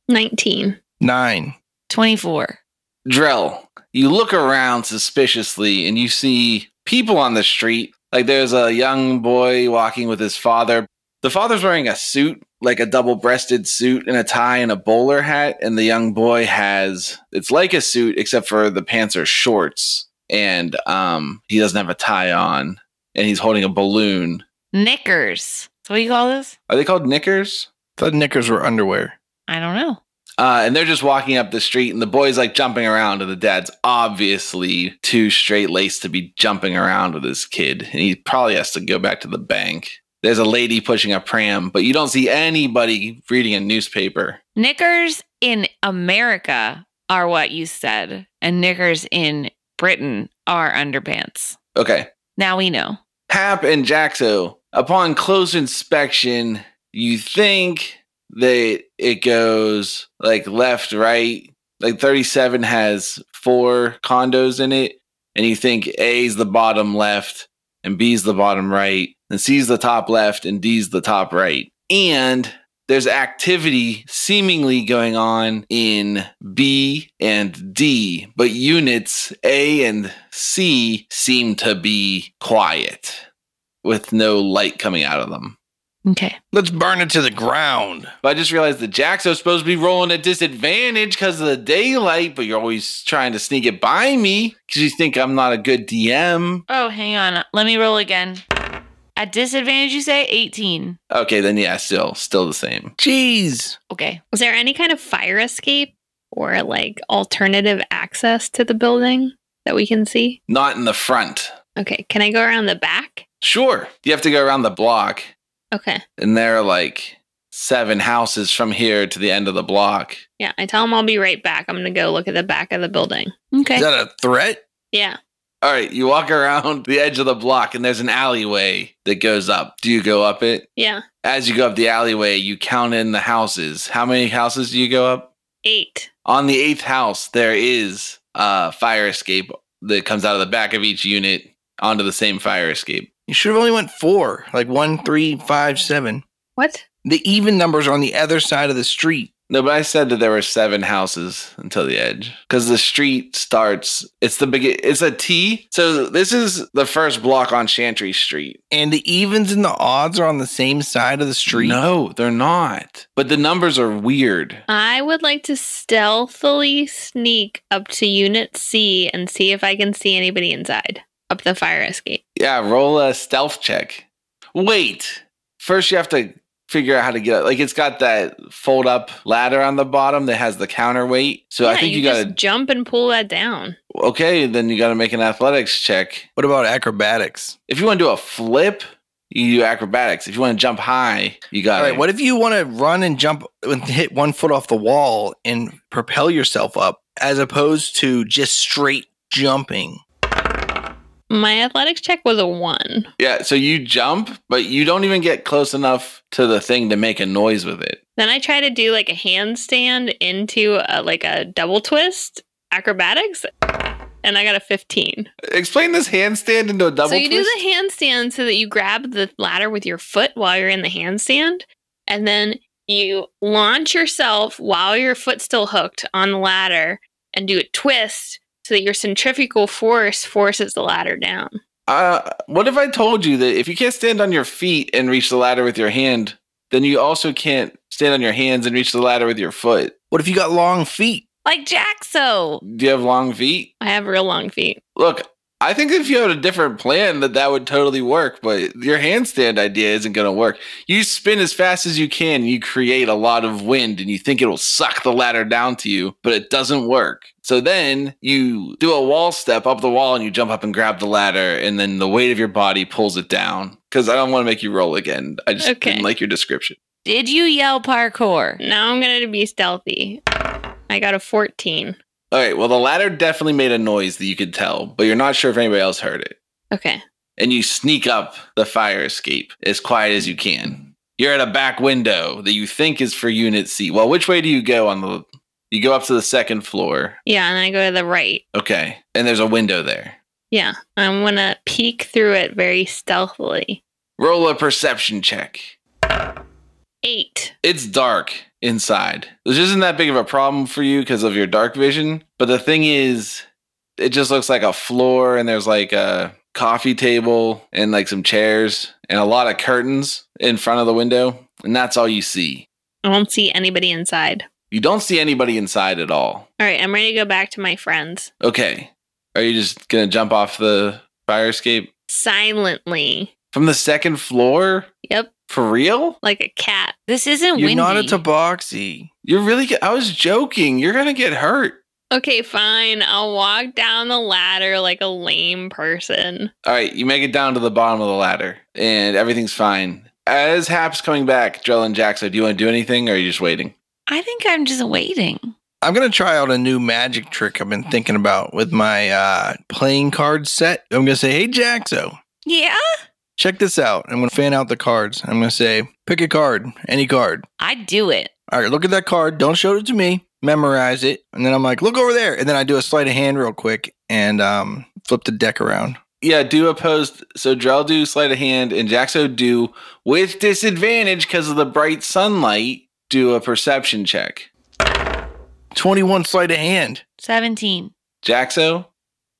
[SPEAKER 3] 19.
[SPEAKER 2] Nine.
[SPEAKER 4] 24.
[SPEAKER 1] Drell, you look around suspiciously and you see people on the street. Like there's a young boy walking with his father. The father's wearing a suit, like a double breasted suit and a tie and a bowler hat. And the young boy has, it's like a suit, except for the pants are shorts and um, he doesn't have a tie on. And he's holding a balloon.
[SPEAKER 4] Knickers. That's what do you call this?
[SPEAKER 1] Are they called knickers?
[SPEAKER 2] Thought knickers were underwear.
[SPEAKER 4] I don't know.
[SPEAKER 1] Uh, and they're just walking up the street, and the boy's like jumping around, and the dad's obviously too straight laced to be jumping around with his kid. And he probably has to go back to the bank. There's a lady pushing a pram, but you don't see anybody reading a newspaper.
[SPEAKER 4] Knickers in America are what you said, and knickers in Britain are underpants.
[SPEAKER 1] Okay.
[SPEAKER 4] Now we know.
[SPEAKER 1] Hap and Jaxo, upon close inspection, you think that it goes like left, right. Like 37 has four condos in it, and you think A's the bottom left, and B's the bottom right, and C's the top left, and D's the top right. And there's activity seemingly going on in B and D, but units A and C seem to be quiet with no light coming out of them.
[SPEAKER 4] Okay.
[SPEAKER 2] Let's burn it to the ground.
[SPEAKER 1] But I just realized the Jaxo's supposed to be rolling at disadvantage because of the daylight, but you're always trying to sneak it by me because you think I'm not a good DM.
[SPEAKER 4] Oh, hang on. Let me roll again. At disadvantage, you say 18.
[SPEAKER 1] Okay, then yeah, still, still the same.
[SPEAKER 2] Jeez.
[SPEAKER 4] Okay.
[SPEAKER 3] Is there any kind of fire escape or like alternative access to the building that we can see?
[SPEAKER 1] Not in the front.
[SPEAKER 3] Okay, can I go around the back?
[SPEAKER 1] Sure, you have to go around the block,
[SPEAKER 3] Okay.
[SPEAKER 1] and there are like seven houses from here to the end of the block.
[SPEAKER 3] Yeah, I tell him I'll be right back. I'm going to go look at the back of the building.
[SPEAKER 2] Is
[SPEAKER 4] Okay.
[SPEAKER 2] that a threat?
[SPEAKER 3] Yeah.
[SPEAKER 1] All right, you walk around the edge of the block, and there's an alleyway that goes up. Do you go up it?
[SPEAKER 3] Yeah.
[SPEAKER 1] As you go up the alleyway, you count in the houses. How many houses do you go up?
[SPEAKER 3] 8.
[SPEAKER 1] on the eighth house there is a fire escape that comes out of the back of each unit onto the same fire escape
[SPEAKER 2] You should have only went four, like one, three, five, seven.
[SPEAKER 3] What?
[SPEAKER 2] The even numbers are on the other side of the street.
[SPEAKER 1] no but i said that there were seven houses until the edge because the street starts it's the big it's a t so this is the first block on chantry street
[SPEAKER 2] And the evens and the odds are on the same side of the street.
[SPEAKER 1] no they're not but the numbers are weird
[SPEAKER 3] I would like to stealthily sneak up to Unit C and see if I can see anybody inside up the fire escape.
[SPEAKER 1] yeah roll a stealth check wait first you have to figure out how to get like it's got that fold up ladder on the bottom that has the counterweight so i
[SPEAKER 3] Yeah,
[SPEAKER 1] think you,
[SPEAKER 3] just
[SPEAKER 1] gotta
[SPEAKER 3] jump and pull that down.
[SPEAKER 1] Okay, then you got to make an athletics check.
[SPEAKER 2] What about acrobatics?
[SPEAKER 1] If you want to do a flip, you do acrobatics. If you want to jump high, you got
[SPEAKER 2] All
[SPEAKER 1] it.
[SPEAKER 2] right. What if you want to run and jump and hit one foot off the wall and propel yourself up as opposed to just straight jumping?
[SPEAKER 3] My athletics check was a 1.
[SPEAKER 1] yeah, so you jump, but you don't even get close enough to the thing to make a noise with it.
[SPEAKER 3] Then I try to do like a handstand into a, like a double twist acrobatics, and I got a 15.
[SPEAKER 1] Explain this handstand into a double
[SPEAKER 3] so you
[SPEAKER 1] twist.
[SPEAKER 3] do the handstand so that you grab the ladder with your foot while you're in the handstand, and then you launch yourself while your foot's still hooked on the ladder and do a twist so that your centrifugal force forces the ladder down.
[SPEAKER 1] uh, what if I told you that if you can't stand on your feet and reach the ladder with your hand, then you also can't stand on your hands and reach the ladder with your foot?
[SPEAKER 2] What if you got long feet?
[SPEAKER 4] Like Jaxo.
[SPEAKER 1] Do you have long feet?
[SPEAKER 3] I have real long feet.
[SPEAKER 1] Look, I think if you had a different plan, that that would totally work. But your handstand idea isn't going to work. You spin as fast as you can. You create a lot of wind, and you think it'll suck the ladder down to you, but it doesn't work. So then you do a wall step up the wall, and you jump up and grab the ladder, and then the weight of your body pulls it down. Because I don't want to make you roll again. I just
[SPEAKER 3] Okay.
[SPEAKER 1] didn't like your description.
[SPEAKER 4] Did you yell parkour?
[SPEAKER 3] Now I'm going to be stealthy. I got a 14.
[SPEAKER 1] All right. Well, the ladder definitely made a noise that you could tell, but you're not sure if anybody else heard it.
[SPEAKER 3] Okay.
[SPEAKER 1] and you sneak up the fire escape as quiet as you can. You're at a back window that you think is for unit C. Well, which way do you go on the you go up to the second floor.
[SPEAKER 3] Yeah, and I go to the right.
[SPEAKER 1] Okay. And there's a window there.
[SPEAKER 3] Yeah, I'm gonna peek through it very stealthily.
[SPEAKER 1] Roll a perception check.
[SPEAKER 3] eight.
[SPEAKER 1] it's dark inside, which isn't that big of a problem for you because of your dark vision. But the thing is, it just looks like a floor, and there's like a coffee table and like some chairs and a lot of curtains in front of the window, and that's all you see.
[SPEAKER 3] I won't see anybody inside.
[SPEAKER 1] You don't see anybody inside at all.
[SPEAKER 3] All right, I'm ready to go back to my friends
[SPEAKER 1] Okay, are you just gonna jump off the fire escape
[SPEAKER 3] silently.
[SPEAKER 1] from the second floor?
[SPEAKER 3] Yep,
[SPEAKER 1] For real?
[SPEAKER 3] like a cat.
[SPEAKER 4] This isn't
[SPEAKER 2] You're
[SPEAKER 4] windy.
[SPEAKER 2] not a tabaxi.
[SPEAKER 1] You're really? g- I was joking. You're gonna get hurt.
[SPEAKER 3] Okay, fine. I'll walk down the ladder like a lame person.
[SPEAKER 1] All right, you make it down to the bottom of the ladder, and everything's fine. As Hap's coming back, Drell and Jackson, do you want to do anything, or are you just waiting?
[SPEAKER 4] I think I'm just waiting.
[SPEAKER 2] I'm gonna try out a new magic trick I've been thinking about with my uh, playing card set. I'm gonna say, "Hey, Jaxo,
[SPEAKER 4] Yeah,
[SPEAKER 2] check this out." I'm gonna fan out the cards. I'm gonna say, "Pick a card, any card."
[SPEAKER 4] I'd do it.
[SPEAKER 2] All right, look at that card. Don't show it to me. Memorize it, and then I'm like, "Look over there," and then I do a sleight of hand real quick and um, flip the deck around.
[SPEAKER 1] Yeah, do opposed. So Drell do sleight of hand, and Jaxo do with disadvantage because of the bright sunlight. Do a perception check.
[SPEAKER 2] Twenty-one sleight of hand,
[SPEAKER 4] 17.
[SPEAKER 1] Jaxo,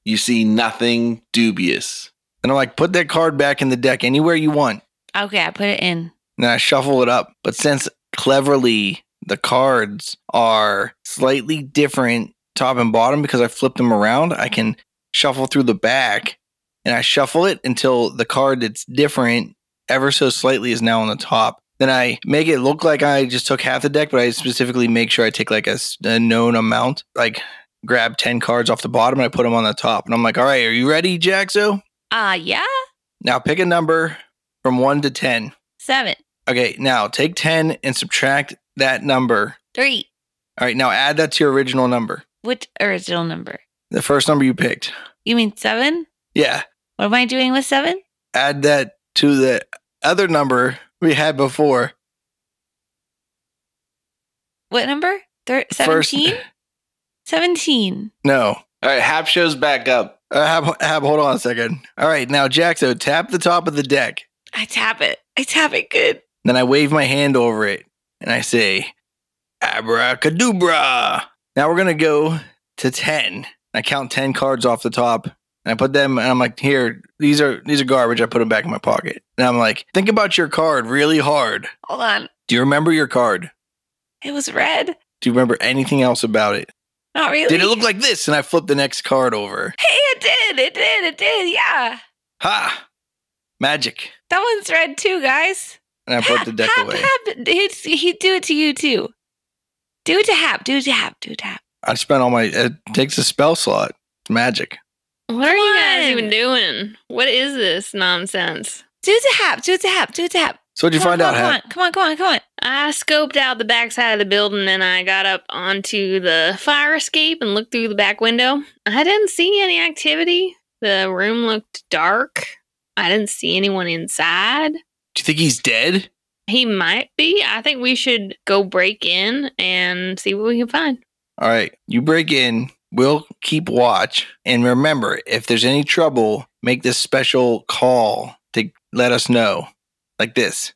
[SPEAKER 1] you see nothing dubious.
[SPEAKER 2] and I'm like, "Put that card back in the deck anywhere you want."
[SPEAKER 4] Okay, I put it in.
[SPEAKER 2] and I shuffle it up. But since cleverly the cards are slightly different top and bottom because I flip them around, I can shuffle through the back and I shuffle it until the card that's different ever so slightly is now on the top. Then I make it look like I just took half the deck, but I specifically make sure I take like a, s- a known amount, like grab 10 cards off the bottom and I put them on the top. And I'm like, all right, are you ready, Jaxo?
[SPEAKER 4] Ah, uh, yeah,
[SPEAKER 2] Now pick a number from 1 to 10.
[SPEAKER 4] 7,
[SPEAKER 2] Okay, now take 10 and subtract that number.
[SPEAKER 4] 3.
[SPEAKER 2] All right, now add that to your original number.
[SPEAKER 4] What original number?
[SPEAKER 2] The first number you picked.
[SPEAKER 4] You mean 7?
[SPEAKER 2] Yeah,
[SPEAKER 4] What am I doing with 7?
[SPEAKER 2] add that to the other number we had before.
[SPEAKER 4] What number? Thir-
[SPEAKER 2] First-
[SPEAKER 4] 17? 17.
[SPEAKER 2] No.
[SPEAKER 1] All right, Hap shows back up.
[SPEAKER 2] Uh, Hab, Hab, hold on a second. All right, now Jaxo, tap the top of the deck.
[SPEAKER 4] I tap it. I tap it good.
[SPEAKER 2] Then I wave my hand over it and I say, Abracadabra. Now we're going to go to 10. I count 10 cards off the top and I put them and I'm like, here, these are these are garbage. I put them back in my pocket. And I'm like, think about your card really hard.
[SPEAKER 4] Hold on.
[SPEAKER 2] Do you remember your card?
[SPEAKER 4] It was red.
[SPEAKER 2] Do you remember anything else about it?
[SPEAKER 4] Not really.
[SPEAKER 2] Did it look like this? And I flip the next card over.
[SPEAKER 4] Hey, it did. It did. It did. Yeah.
[SPEAKER 2] Ha! Magic.
[SPEAKER 4] That one's red too, guys.
[SPEAKER 2] And I put the deck
[SPEAKER 4] Hap,
[SPEAKER 2] away.
[SPEAKER 4] Hap, he'd, he'd do it to you too. Do it to Hap. Do it to Hap. Do it to Hap.
[SPEAKER 2] I spent all my. It takes a spell slot. It's magic.
[SPEAKER 3] What are you guys
[SPEAKER 4] Come on.
[SPEAKER 3] even doing? What is this nonsense?
[SPEAKER 4] Do it to Hap. Do it to Hap. Do it to Hap.
[SPEAKER 2] So what'd you
[SPEAKER 4] Come on,
[SPEAKER 2] find out,
[SPEAKER 4] come
[SPEAKER 2] Hap?
[SPEAKER 4] on, Come on, come on, come on.
[SPEAKER 3] I scoped out the backside of the building and I got up onto the fire escape and looked through the back window. I didn't see any activity. The room looked dark. I didn't see anyone inside.
[SPEAKER 2] Do you think he's dead?
[SPEAKER 3] He might be. I think we should go break in and see what we can find.
[SPEAKER 2] All right, you break in. We'll keep watch. And remember, if there's any trouble, make this special call to let us know. Like this.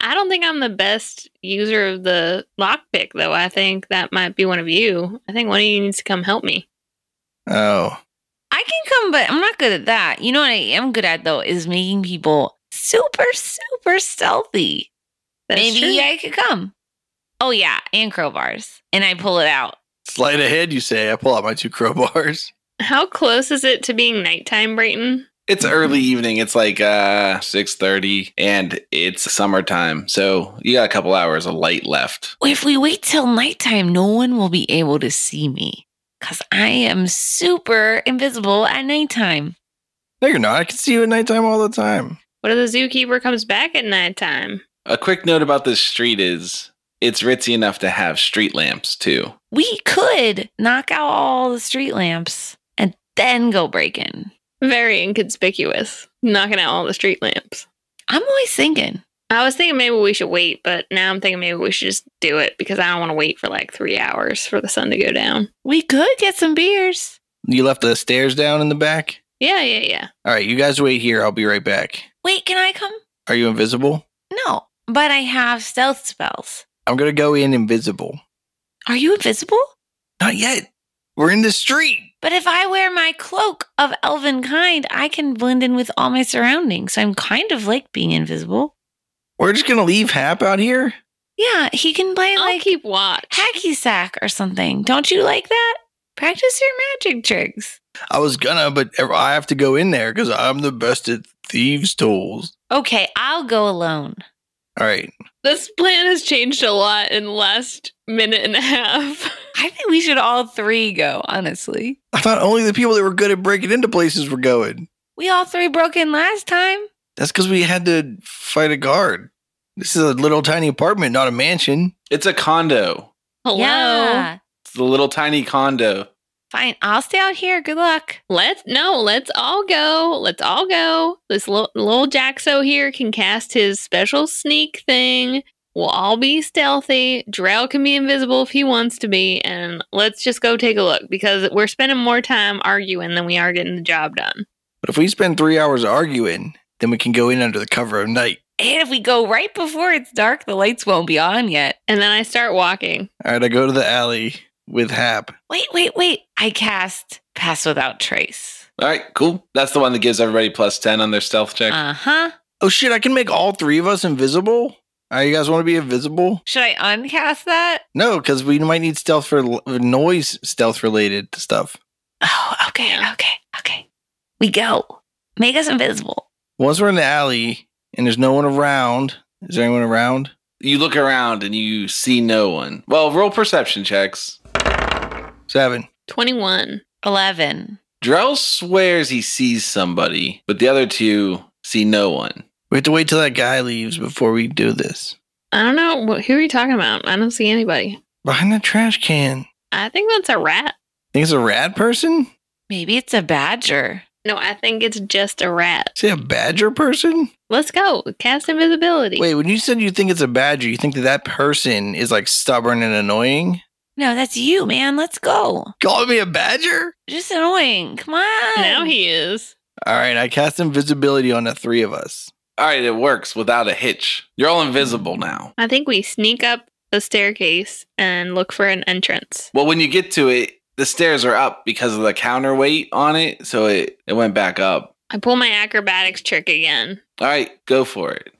[SPEAKER 3] I don't think I'm the best user of the lockpick, though. I think that might be one of you. I think one of you needs to come help me.
[SPEAKER 2] Oh,
[SPEAKER 4] I can come, but I'm not good at that. You know what I am good at though is making people super, super stealthy.
[SPEAKER 3] That's
[SPEAKER 4] Maybe
[SPEAKER 3] true.
[SPEAKER 4] I could come. Oh yeah, and crowbars, and I pull it out.
[SPEAKER 2] sleight ahead, you say. I pull out my two crowbars.
[SPEAKER 3] How close is it to being nighttime, Brayton?
[SPEAKER 1] It's early evening. It's like uh 6:30 and it's summertime. So, you got a couple hours of light left.
[SPEAKER 4] If we wait till nighttime, no one will be able to see me because I am super invisible at nighttime.
[SPEAKER 2] No, you're not. I can see you at nighttime all the time.
[SPEAKER 3] What if the zookeeper comes back at nighttime?
[SPEAKER 1] A quick note about this street is it's ritzy enough to have street lamps too.
[SPEAKER 4] We could knock out all the street lamps and then go break in.
[SPEAKER 3] Very inconspicuous, knocking out all the street lamps.
[SPEAKER 4] I'm always thinking.
[SPEAKER 3] I was thinking maybe we should wait, but now I'm thinking maybe we should just do it because I don't want to wait for like three hours for the sun to go down.
[SPEAKER 4] We could get some beers.
[SPEAKER 2] You left the stairs down in the back?
[SPEAKER 3] Yeah, yeah, yeah.
[SPEAKER 2] All right, you guys wait here. I'll be right back.
[SPEAKER 4] Wait, can I come?
[SPEAKER 2] Are you invisible?
[SPEAKER 4] No, but I have stealth spells.
[SPEAKER 2] I'm gonna go in invisible.
[SPEAKER 4] Are you invisible?
[SPEAKER 2] Not yet. We're in the street.
[SPEAKER 4] But if I wear my cloak of elven kind, I can blend in with all my surroundings. So I'm kind of like being invisible.
[SPEAKER 2] We're just gonna leave Hap out here.
[SPEAKER 4] Yeah, he can play
[SPEAKER 3] I'll
[SPEAKER 4] like
[SPEAKER 3] keep watch.
[SPEAKER 4] hacky sack or something. Don't you like that? Practice your magic tricks.
[SPEAKER 2] I was gonna, but I have to go in there because I'm the best at thieves' tools.
[SPEAKER 4] Okay, I'll go alone.
[SPEAKER 2] All right.
[SPEAKER 3] This plan has changed a lot in the last minute and a half.
[SPEAKER 4] I think we should all three go, honestly.
[SPEAKER 2] I thought only the people that were good at breaking into places were going.
[SPEAKER 4] We all three broke in last time.
[SPEAKER 2] That's because we had to fight a guard. This is a little tiny apartment, not a mansion.
[SPEAKER 1] It's a condo.
[SPEAKER 3] Hello.
[SPEAKER 4] Yeah.
[SPEAKER 1] It's the little tiny condo.
[SPEAKER 4] Fine, I'll stay out here. Good luck.
[SPEAKER 3] Let's no, let's all go. Let's all go. This little, little Jaxo here can cast his special sneak thing. We'll all be stealthy. Drell can be invisible if he wants to be, and let's just go take a look because we're spending more time arguing than we are getting the job done.
[SPEAKER 2] But if we spend three hours arguing, then we can go in under the cover of night.
[SPEAKER 4] And if we go right before it's dark, the lights won't be on yet.
[SPEAKER 3] And then I start walking.
[SPEAKER 2] All right, I go to the alley with Hap.
[SPEAKER 4] Wait, wait, wait. I cast Pass Without Trace.
[SPEAKER 1] All right, cool. That's the one that gives everybody plus 10 on their stealth check.
[SPEAKER 4] Uh huh.
[SPEAKER 2] Oh shit, I can make all three of us invisible? All right, you guys want to be invisible?
[SPEAKER 4] Should I uncast that?
[SPEAKER 2] No, because we might need stealth for noise, stealth related stuff.
[SPEAKER 4] Oh, okay, okay, okay. We go. Make us invisible.
[SPEAKER 2] Once we're in the alley and there's no one around, is there anyone around?
[SPEAKER 1] you look around and you see no one. Well, roll perception checks.
[SPEAKER 2] Seven.
[SPEAKER 3] 21.
[SPEAKER 4] 11.
[SPEAKER 1] Drell swears he sees somebody, but the other two see no one.
[SPEAKER 2] We have to wait till that guy leaves before we do this.
[SPEAKER 3] I don't know. Wh- Who are you talking about? I don't see anybody.
[SPEAKER 2] Behind that trash can.
[SPEAKER 3] I think that's a rat.
[SPEAKER 2] Think it's a rat person?
[SPEAKER 4] Maybe it's a badger.
[SPEAKER 3] No, I think it's just a rat.
[SPEAKER 2] Is it a badger person?
[SPEAKER 3] Let's go. Cast invisibility.
[SPEAKER 2] Wait, when you said you think it's a badger, you think that that person is like stubborn and annoying?
[SPEAKER 4] No, that's you, man. Let's go.
[SPEAKER 2] Call me a badger?
[SPEAKER 4] Just annoying. Come on.
[SPEAKER 3] Now he is.
[SPEAKER 2] All right, I cast invisibility on the three of us.
[SPEAKER 1] All right, it works without a hitch. You're all invisible now.
[SPEAKER 3] I think we sneak up the staircase and look for an entrance.
[SPEAKER 1] Well, when you get to it, the stairs are up because of the counterweight on it, so it, it went back up.
[SPEAKER 3] I pull my acrobatics trick again.
[SPEAKER 1] All right, go for it.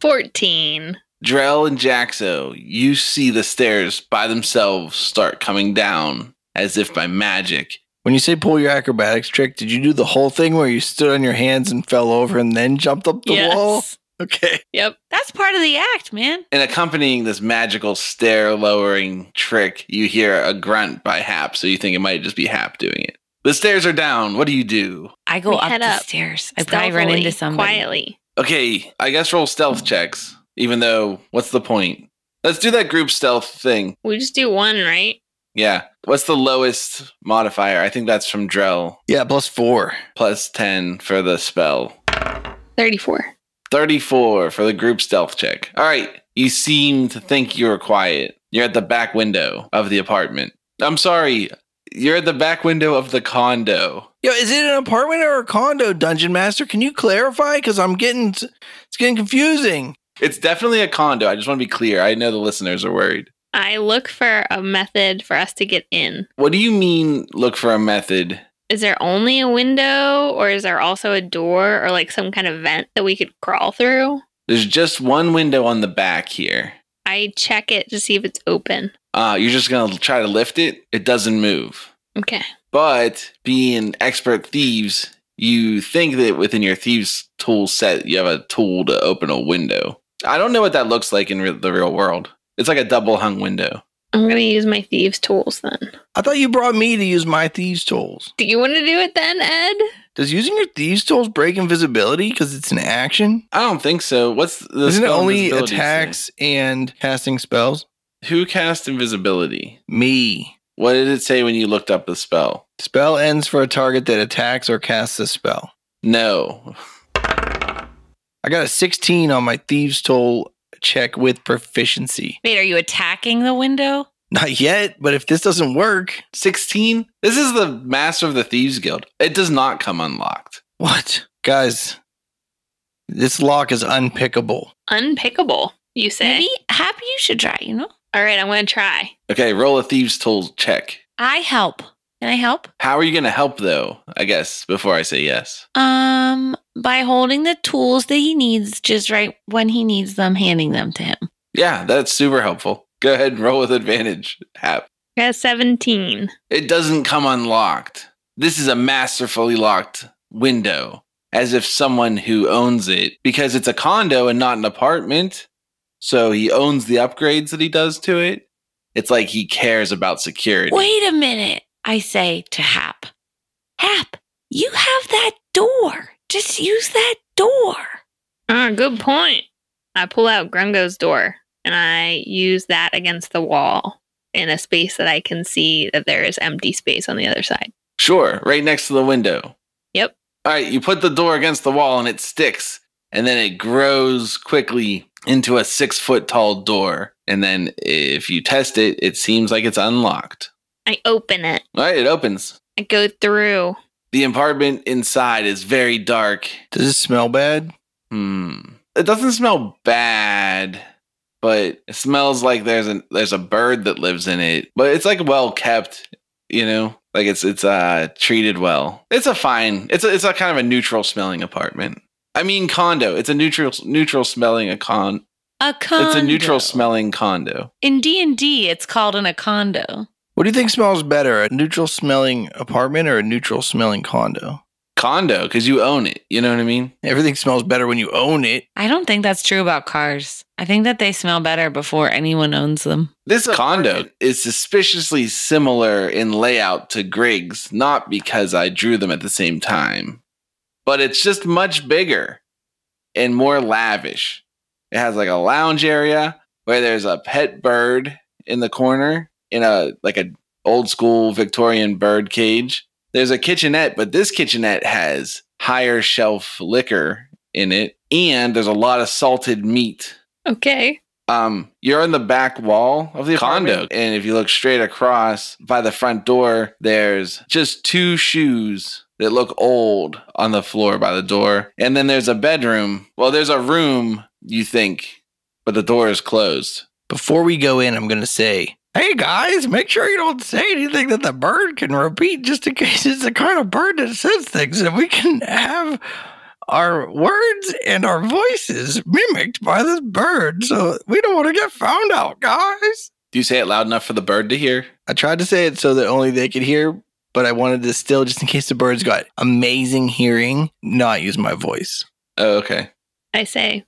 [SPEAKER 3] 14.
[SPEAKER 1] Drell and Jaxo, you see the stairs by themselves start coming down as if by magic.
[SPEAKER 2] When you say pull your acrobatics trick, did you do the whole thing where you stood on your hands and fell over and then jumped up the wall? Okay.
[SPEAKER 3] Yep.
[SPEAKER 4] That's part of the act, man.
[SPEAKER 1] And accompanying this magical stair lowering trick, you hear a grunt by Hap, so you think it might just be Hap doing it. The stairs are down. What do you do?
[SPEAKER 4] I go
[SPEAKER 3] We
[SPEAKER 4] up
[SPEAKER 3] head
[SPEAKER 4] the
[SPEAKER 3] up
[SPEAKER 4] stairs. I probably run
[SPEAKER 3] Stealthily,
[SPEAKER 4] into somebody.
[SPEAKER 3] Quietly.
[SPEAKER 1] Okay, I guess roll stealth checks, even though, what's the point? Let's do that group stealth thing.
[SPEAKER 3] We just do one, right?
[SPEAKER 1] Yeah. What's the lowest modifier? I think that's from Drell,
[SPEAKER 2] Yeah, plus four.
[SPEAKER 1] plus 10 for the spell.
[SPEAKER 3] 34.
[SPEAKER 1] 34 for the group stealth check. All right. You seem to think you were quiet. You're at the back window of the apartment. I'm sorry. You're at the back window of the condo.
[SPEAKER 2] Yo, is it an apartment or a condo, Dungeon Master? Can you clarify? Because I'm getting, it's getting confusing.
[SPEAKER 1] It's definitely a condo. I just want to be clear. I know the listeners are worried.
[SPEAKER 3] I look for a method for us to get in.
[SPEAKER 1] What do you mean look for a method?
[SPEAKER 3] Is there only a window or is there also a door or like some kind of vent that we could crawl through?
[SPEAKER 1] There's just one window on the back here.
[SPEAKER 3] I check it to see if it's open.
[SPEAKER 1] Uh, you're just going to try to lift it. It doesn't move.
[SPEAKER 3] Okay.
[SPEAKER 1] But being expert thieves, you think that within your thieves tool set, you have a tool to open a window. I don't know what that looks like in re- the real world. It's like a double hung window.
[SPEAKER 3] I'm going to use my thieves' tools then.
[SPEAKER 2] I thought you brought me to use my thieves' tools.
[SPEAKER 3] Do you want to do it then, Ed?
[SPEAKER 2] Does using your thieves' tools break invisibility because it's an action?
[SPEAKER 1] I don't think so. What's the
[SPEAKER 2] Isn't it
[SPEAKER 1] spell
[SPEAKER 2] only
[SPEAKER 1] invisibility say?
[SPEAKER 2] attacks and casting spells?
[SPEAKER 1] Who cast invisibility?
[SPEAKER 2] Me.
[SPEAKER 1] What did it say when you looked up the spell?
[SPEAKER 2] Spell ends for a target that attacks or casts a spell.
[SPEAKER 1] No.
[SPEAKER 2] I got a 16 on my thieves' tool check with proficiency.
[SPEAKER 4] Wait, are you attacking the window?
[SPEAKER 2] Not yet, but if this doesn't work,
[SPEAKER 1] 16? This is the Master of the Thieves Guild. It does not come unlocked.
[SPEAKER 2] what? Guys, This lock is unpickable.
[SPEAKER 3] Unpickable, you say?
[SPEAKER 4] Maybe Hap, you should try, you know?
[SPEAKER 3] All right, I'm going to try.
[SPEAKER 1] Okay, roll a thieves' tool check.
[SPEAKER 4] I help. Can I help?
[SPEAKER 1] How are you going to help, though? I guess before I say yes.
[SPEAKER 4] Um, by holding the tools that he needs just right when he needs them, handing them to him.
[SPEAKER 1] Yeah, that's super helpful. Go ahead and roll with advantage, Hap.
[SPEAKER 3] I got 17.
[SPEAKER 1] It doesn't come unlocked. This is a masterfully locked window, as if someone who owns it, because it's a condo and not an apartment. So he owns the upgrades that he does to it. It's like he cares about security.
[SPEAKER 4] Wait a minute, I say to Hap. Hap, you have that door. Just use that door.
[SPEAKER 3] Ah, good point. I pull out Grungo's door and I use that against the wall in a space that I can see that there is empty space on the other side.
[SPEAKER 1] Sure, right next to the window.
[SPEAKER 3] Yep.
[SPEAKER 1] All right, you put the door against the wall and it sticks, and then it grows quickly into a six foot tall door. And then if you test it, it seems like it's unlocked.
[SPEAKER 3] I open it.
[SPEAKER 1] All right, it opens.
[SPEAKER 3] I go through.
[SPEAKER 1] The apartment inside is very dark.
[SPEAKER 2] Does it smell bad?
[SPEAKER 1] Hmm. It doesn't smell bad, but it smells like there's a there's a bird that lives in it. But it's like well kept, you know? Like it's it's uh treated well. It's a fine. It's a, it's a kind of a neutral smelling apartment. I mean condo. It's a neutral neutral smelling a con.
[SPEAKER 4] A condo.
[SPEAKER 1] It's a neutral smelling condo.
[SPEAKER 4] In D and D, it's called an acondo.
[SPEAKER 2] What do you think smells better, a neutral smelling apartment or a neutral smelling condo?
[SPEAKER 1] Condo cuz you own it, you know what I mean?
[SPEAKER 2] Everything smells better when you own it.
[SPEAKER 4] I don't think that's true about cars. I think that they smell better before anyone owns them.
[SPEAKER 1] This condo is suspiciously similar in layout to Griggs, not because I drew them at the same time, but it's just much bigger and more lavish. It has like a lounge area where there's a pet bird in the corner in a like a old school Victorian bird cage. There's a kitchenette, but this kitchenette has higher shelf liquor in it and there's a lot of salted meat
[SPEAKER 3] Okay.
[SPEAKER 1] um, you're on the back wall of the condo, and if you look straight across by the front door, there's just two shoes that look old on the floor by the door, and then there's a bedroom. Well, there's a room you think, but the door is closed.
[SPEAKER 2] Before we go in, I'm going to say, hey guys, make sure you don't say anything that the bird can repeat just in case it's the kind of bird that says things and we can have our words and our voices mimicked by this bird. So we don't want to get found out, guys.
[SPEAKER 1] Do you say it loud enough for the bird to hear?
[SPEAKER 2] I tried to say it so that only they could hear, but I wanted to still, just in case the birds got amazing hearing, not use my voice.
[SPEAKER 1] Oh, okay.
[SPEAKER 3] I say,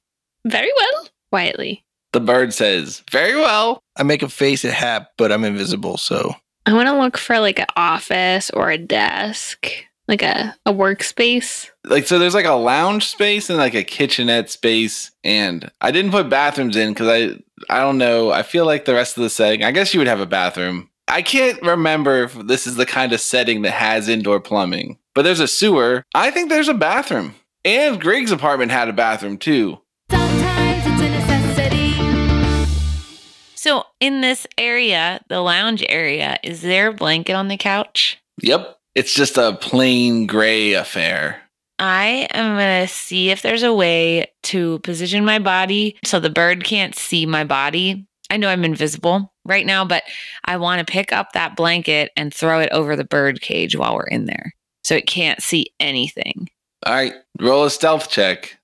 [SPEAKER 3] very well, quietly.
[SPEAKER 1] The bird says, "Very well."
[SPEAKER 2] I make a face at Hap, but I'm invisible, so
[SPEAKER 3] I want to look for like an office or a desk, like a, a workspace.
[SPEAKER 1] like so there's like a lounge space and like a kitchenette space and i didn't put bathrooms in because i i don't know i feel like the rest of the setting i guess you would have a bathroom i can't remember if this is the kind of setting that has indoor plumbing but there's a sewer i think there's a bathroom and greg's apartment had a bathroom too
[SPEAKER 6] Sometimes it's a necessity.
[SPEAKER 4] So in this area, the lounge area, is there a blanket on the couch?
[SPEAKER 1] yep it's just a plain gray affair
[SPEAKER 4] I am going to see if there's a way to position my body so the bird can't see my body. I know I'm invisible right now, but I want to pick up that blanket and throw it over the bird cage while we're in there so it can't see anything.
[SPEAKER 1] all right roll a stealth check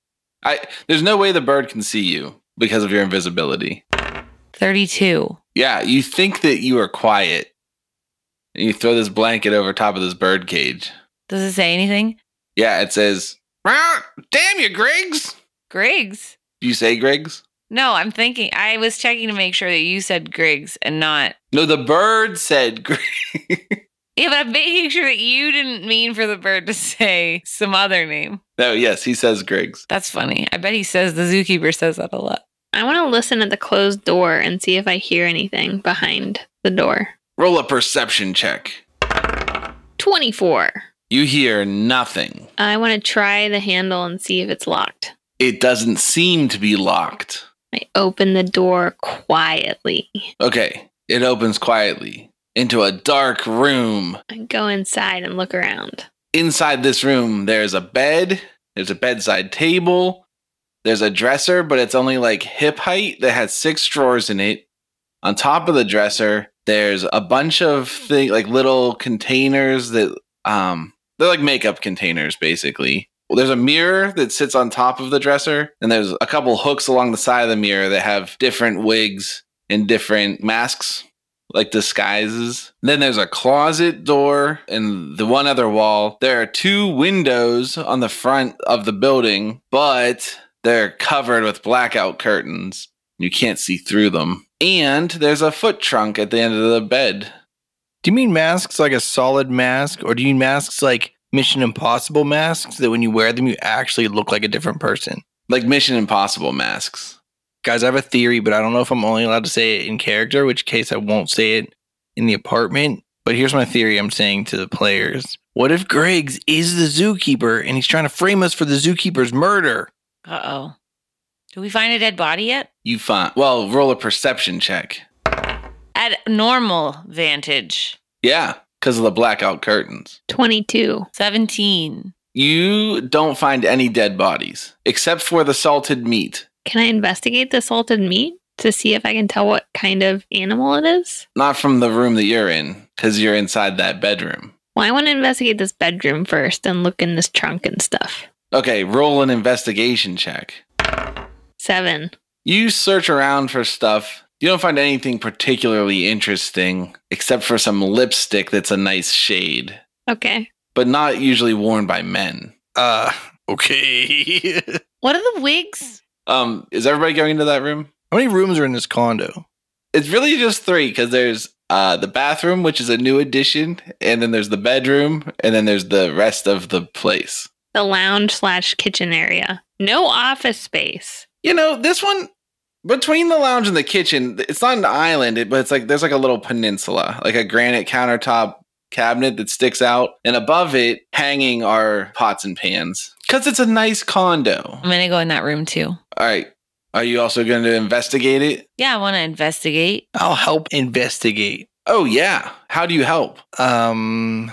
[SPEAKER 1] i there's no way the bird can see you because of your invisibility
[SPEAKER 4] 32.
[SPEAKER 1] Yeah, you think that you are quiet. And you throw this blanket over top of this bird cage.
[SPEAKER 4] Does it say anything?
[SPEAKER 1] Yeah, it says, "Rah, Damn you, Griggs!
[SPEAKER 4] Griggs.
[SPEAKER 1] Do you say Griggs?
[SPEAKER 4] No, I'm thinking. I was checking to make sure that you said Griggs and not.
[SPEAKER 1] No, the bird said Griggs.
[SPEAKER 4] Yeah, but I'm making sure that you didn't mean for the bird to say some other name.
[SPEAKER 1] no, yes, he says Griggs.
[SPEAKER 4] That's funny. I bet he says the zookeeper says that a lot.
[SPEAKER 3] I want to listen at the closed door and see if I hear anything behind the door.
[SPEAKER 1] Roll a perception check.
[SPEAKER 3] 24.
[SPEAKER 1] You hear nothing.
[SPEAKER 3] I want to try the handle and see if it's locked.
[SPEAKER 1] It doesn't seem to be locked.
[SPEAKER 3] I open the door quietly.
[SPEAKER 1] Okay, it opens quietly into a dark room.
[SPEAKER 3] I go inside and look around.
[SPEAKER 1] inside this room there's a bed there's a bedside table There's a dresser, but it's only like hip height that has six drawers in it. On top of the dresser, there's a bunch of thing like little containers that um they're like makeup containers basically. Well, There's a mirror that sits on top of the dresser, and there's a couple hooks along the side of the mirror that have different wigs and different masks, like disguises. Then there's a closet door and the one other wall. There are two windows on the front of the building, but they're covered with blackout curtains. You can't see through them. And there's a foot trunk at the end of the bed.
[SPEAKER 2] Do you mean masks like a solid mask, or do you mean masks like Mission Impossible masks that when you wear them, you actually look like a different person?
[SPEAKER 1] Like Mission Impossible masks.
[SPEAKER 2] Guys, I have a theory, but I don't know if I'm only allowed to say it in character, which case I won't say it in the apartment. But here's my theory I'm saying to the players What if Griggs is the zookeeper and he's trying to frame us for the zookeeper's murder?
[SPEAKER 4] Uh oh. Do we find a dead body yet?
[SPEAKER 1] You find, well, roll a perception check.
[SPEAKER 4] At normal vantage,
[SPEAKER 1] Yeah, because of the blackout curtains.
[SPEAKER 3] 22.
[SPEAKER 4] 17.
[SPEAKER 1] You don't find any dead bodies, except for the salted meat.
[SPEAKER 3] Can I investigate the salted meat to see if I can tell what kind of animal it is?
[SPEAKER 1] Not from the room that you're in, because you're inside that bedroom.
[SPEAKER 3] Well, I want to investigate this bedroom first and look in this trunk and stuff.
[SPEAKER 1] Okay, roll an investigation check.
[SPEAKER 3] Seven.
[SPEAKER 1] You search around for stuff. You don't find anything particularly interesting, except for some lipstick that's a nice shade,
[SPEAKER 3] Okay.
[SPEAKER 1] but not usually worn by men.
[SPEAKER 2] Uh, okay.
[SPEAKER 4] What are the wigs?
[SPEAKER 1] Um, is everybody going into that room?
[SPEAKER 2] How many rooms are in this condo?
[SPEAKER 1] It's really just three because there's uh, the bathroom, which is a new addition, and then there's the bedroom, and then there's the rest of the place.
[SPEAKER 3] The lounge slash kitchen area. No office space.
[SPEAKER 1] You know, this one between the lounge and the kitchen, it's not an island, it- but it's like there's like a little peninsula, like a granite countertop cabinet that sticks out, and above it hanging are pots and pans because it's a nice condo.
[SPEAKER 4] I'm going to go in that room too.
[SPEAKER 1] All right. Are you also going to investigate it?
[SPEAKER 4] Yeah, I want to investigate.
[SPEAKER 2] I'll help investigate.
[SPEAKER 1] Oh, yeah. How do you help?
[SPEAKER 2] Um,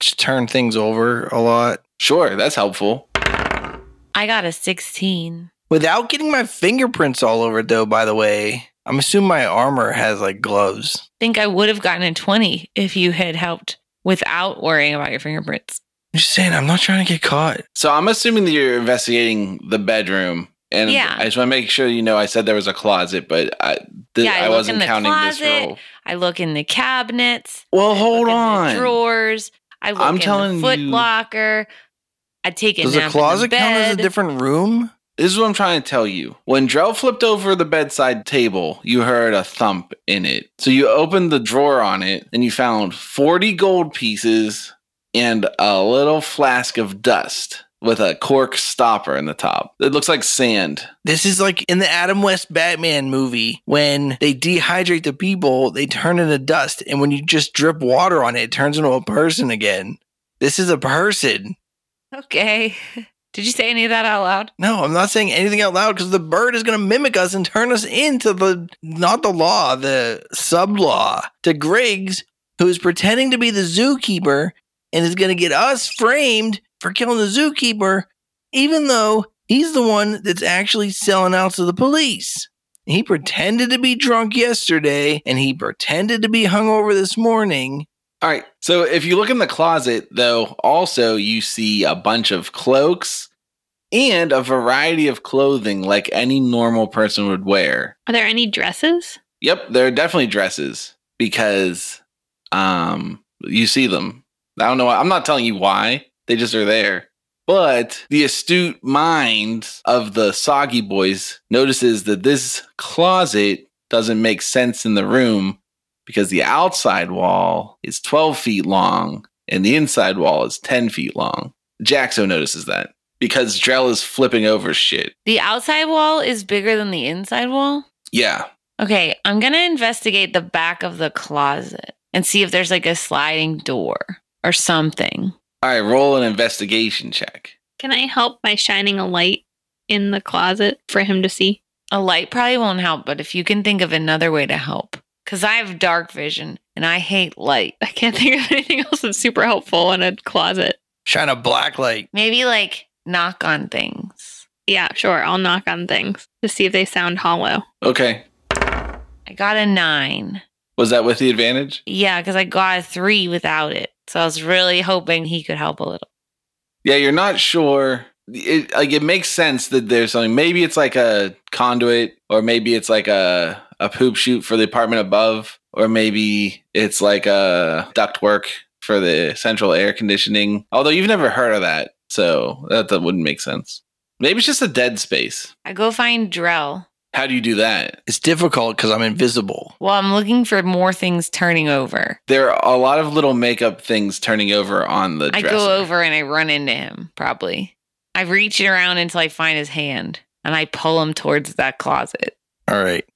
[SPEAKER 2] just turn things over a lot
[SPEAKER 1] Sure, that's helpful.
[SPEAKER 4] I got a 16.
[SPEAKER 2] without getting my fingerprints all over it, though. By the way, I'm assuming my armor has like gloves.
[SPEAKER 4] think I would have gotten a 20 if you had helped without worrying about your fingerprints.
[SPEAKER 2] I'm just saying, I'm not trying to get caught.
[SPEAKER 1] So I'm assuming that you're investigating the bedroom. And
[SPEAKER 4] Yeah.
[SPEAKER 1] I just want to make sure you know I said there was a closet, but I, th-
[SPEAKER 4] Yeah, I
[SPEAKER 1] I,
[SPEAKER 4] look in
[SPEAKER 1] wasn't
[SPEAKER 4] the
[SPEAKER 1] counting this
[SPEAKER 4] closet.
[SPEAKER 1] role.
[SPEAKER 4] I look in the cabinets.
[SPEAKER 1] Well,
[SPEAKER 4] I look
[SPEAKER 1] Oh, hold
[SPEAKER 4] in the
[SPEAKER 1] on.
[SPEAKER 4] drawers. I look
[SPEAKER 1] I'm
[SPEAKER 4] in
[SPEAKER 1] telling
[SPEAKER 4] the foot
[SPEAKER 1] you-
[SPEAKER 4] locker. I take a
[SPEAKER 2] Does
[SPEAKER 4] nap
[SPEAKER 2] a closet
[SPEAKER 4] in the bed.
[SPEAKER 2] count as a different room?
[SPEAKER 1] This is what I'm trying to tell you. When Drell flipped over the bedside table, you heard a thump in it. So you opened the drawer on it and you found 40 gold pieces and a little flask of dust with a cork stopper in the top. It looks like sand.
[SPEAKER 2] This is like in the Adam West Batman movie when they dehydrate the people, they turn into dust, and when you just drip water on it, it turns into a person again. This is a person.
[SPEAKER 4] Okay. Did you say any of that out loud?
[SPEAKER 2] No, I'm not saying anything out loud because the bird is going to mimic us and turn us into the not the law, the sub law to Griggs, who is pretending to be the zookeeper and is going to get us framed for killing the zookeeper, even though he's the one that's actually selling out to the police. He pretended to be drunk yesterday and he pretended to be hungover this morning.
[SPEAKER 1] All right. So if you look in the closet, though, also you see a bunch of cloaks and a variety of clothing like any normal person would wear.
[SPEAKER 3] Are there any dresses?
[SPEAKER 1] Yep, they're definitely dresses because um you see them. I don't know. why- I'm not telling you why. They just are there. But the astute mind of the soggy boys notices that this closet doesn't make sense in the room because the outside wall is 12 feet long and the inside wall is 10 feet long. Jaxo notices that because Drell is flipping over shit.
[SPEAKER 4] The outside wall is bigger than the inside wall.
[SPEAKER 1] Yeah.
[SPEAKER 4] Okay, I'm going to investigate the back of the closet and see if there's like a sliding door or something.
[SPEAKER 1] All right, roll an investigation check.
[SPEAKER 3] Can I help by shining a light in the closet for him to see?
[SPEAKER 4] A light probably won't help, but if you can think of another way to help, because I have dark vision and I hate light.
[SPEAKER 3] I can't think of anything else that's super helpful in a closet.
[SPEAKER 2] Shine a black light.
[SPEAKER 4] Maybe like knock on things.
[SPEAKER 3] Yeah, sure. I'll knock on things to see if they sound hollow.
[SPEAKER 1] Okay.
[SPEAKER 4] I got a nine.
[SPEAKER 1] Was that with the advantage?
[SPEAKER 4] Yeah, because I got a three without it. So I was really hoping he could help a little.
[SPEAKER 1] Yeah, you're not sure. It, like it makes sense that there's something. Maybe it's like a conduit, or maybe it's like a a poop chute for the apartment above, or maybe it's like a ductwork for the central air conditioning. Although you've never heard of that, so that, that wouldn't make sense. Maybe it's just a dead space.
[SPEAKER 4] I go find Drell.
[SPEAKER 1] How do you do that?
[SPEAKER 2] It's difficult because I'm invisible.
[SPEAKER 4] Well, I'm looking for more things turning over.
[SPEAKER 1] There are a lot of little makeup things turning over on the.
[SPEAKER 4] I
[SPEAKER 1] Dresser.
[SPEAKER 4] go over and I run into him, probably. I reach around until I find his hand and I pull him towards that closet.
[SPEAKER 2] All right.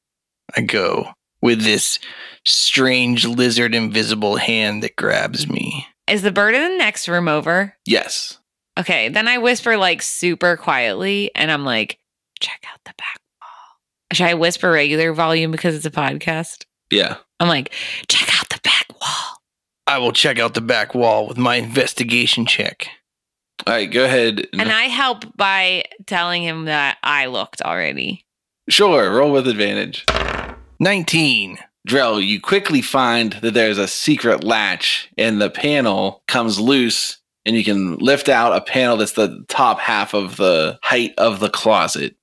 [SPEAKER 2] I go with this strange lizard invisible hand that grabs me.
[SPEAKER 4] Is the bird in the next room over?
[SPEAKER 1] Yes.
[SPEAKER 4] Okay, then I whisper like super quietly and I'm like, check out the back wall. Should I whisper regular volume because it's a podcast?
[SPEAKER 1] Yeah.
[SPEAKER 4] I'm like, check out the back wall.
[SPEAKER 2] I will check out the back wall with my investigation check.
[SPEAKER 1] All right. Go ahead. and-
[SPEAKER 4] And I help by telling him that I looked already.
[SPEAKER 1] sure. Roll with advantage.
[SPEAKER 2] 19.
[SPEAKER 1] Drell, you quickly find that there's a secret latch and the panel comes loose and you can lift out a panel that's the top half of the height of the closet.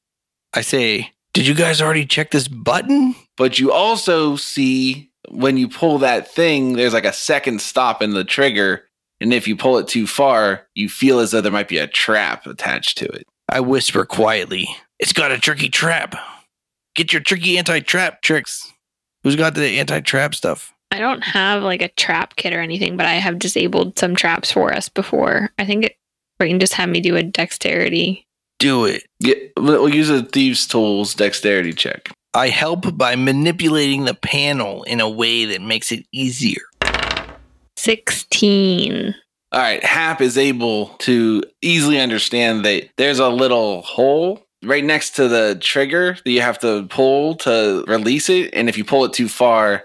[SPEAKER 2] I say, Did you guys already check this button?
[SPEAKER 1] But you also see when you pull that thing, there's like a second stop in the trigger. And if you pull it too far, you feel as though there might be a trap attached to it.
[SPEAKER 2] I whisper quietly, It's got a tricky trap. Get your tricky anti trap tricks. Who's got the anti trap stuff?
[SPEAKER 3] I don't have like a trap kit or anything, but I have disabled some traps for us before. I think it Brayton just had me do a dexterity.
[SPEAKER 2] Do it.
[SPEAKER 1] Yeah, we'll use a thieves' tools dexterity check.
[SPEAKER 2] I help by manipulating the panel in a way that makes it easier.
[SPEAKER 3] 16.
[SPEAKER 1] All right, Hap is able to easily understand that there's a little hole right next to the trigger that you have to pull to release it. And if you pull it too far,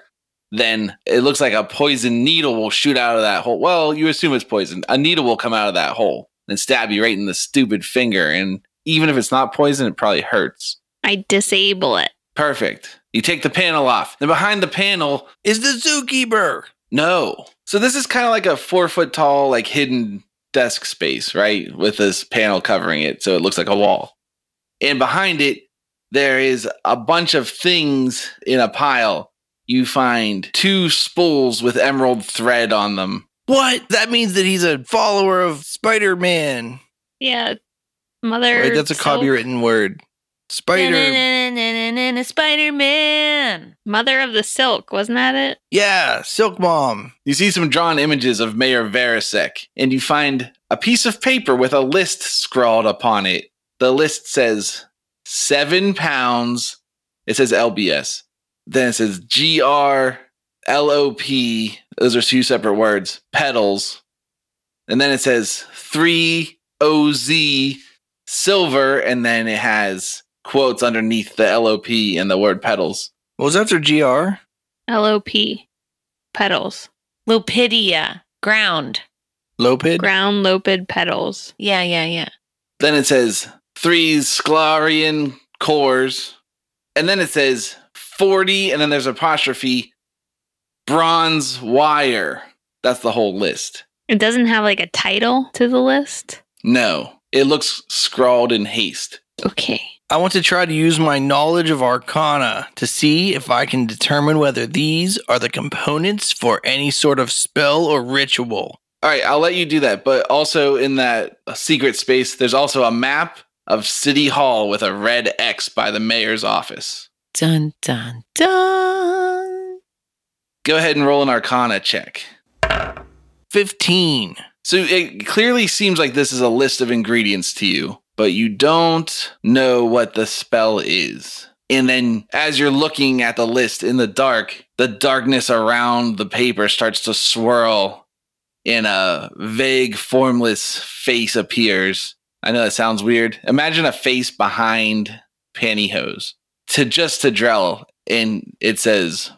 [SPEAKER 1] then it looks like a poison needle will shoot out of that hole. Well, you assume it's poison. A needle will come out of that hole and stab you right in the stupid finger. And even if it's not poison, it probably hurts.
[SPEAKER 3] I disable it.
[SPEAKER 1] Perfect. You take the panel off. Then behind the panel,
[SPEAKER 2] Is the zookeeper?
[SPEAKER 1] no. So this is kind of like a four foot tall, like hidden desk space, right? With this panel covering it. So it looks like a wall. And behind it, there is a bunch of things in a pile. You find two spools with emerald thread on them.
[SPEAKER 2] What? That means that he's a follower of Spider Man.
[SPEAKER 3] Yeah. Mother.
[SPEAKER 2] Wait, that's a
[SPEAKER 3] self-
[SPEAKER 2] copywritten word. Spider.
[SPEAKER 4] Spider Man.
[SPEAKER 3] Mother of the Silk, wasn't that it?
[SPEAKER 2] Yeah, Silk Mom.
[SPEAKER 1] You see some drawn images of Mayor Verisek, and you find a piece of paper with a list scrawled upon it. The list says seven pounds. It says LBS. Then it says GR, LOP. Those are two separate words, pedals. And then it says three OZ silver. And then it has quotes underneath the LOP and the word pedals.
[SPEAKER 2] What was after GR?
[SPEAKER 3] LOP. Petals.
[SPEAKER 4] Lupidia. Ground.
[SPEAKER 2] Lopid?
[SPEAKER 3] Ground loped petals.
[SPEAKER 4] Yeah, yeah, yeah.
[SPEAKER 1] Then it says three Sclarian cores. And then it says 40, and then there's apostrophe bronze wire. That's the whole list.
[SPEAKER 3] It doesn't have like a title to the list.
[SPEAKER 1] No, it looks scrawled in haste.
[SPEAKER 3] Okay.
[SPEAKER 2] I want to try to use my knowledge of Arcana to see if I can determine whether these are the components for any sort of spell or ritual.
[SPEAKER 1] All right, I'll let you do that. But also in that secret space, there's also a map of City Hall with a red X by the mayor's office.
[SPEAKER 4] Dun, dun, dun.
[SPEAKER 1] Go ahead and roll an arcana check.
[SPEAKER 2] 15.
[SPEAKER 1] So it clearly seems like this is a list of ingredients to you, but you don't know what the spell is. And then as you're looking at the list in the dark, the darkness around the paper starts to swirl and a vague, formless face appears. I know that sounds weird. Imagine a face behind pantyhose to just to Drell, and it says,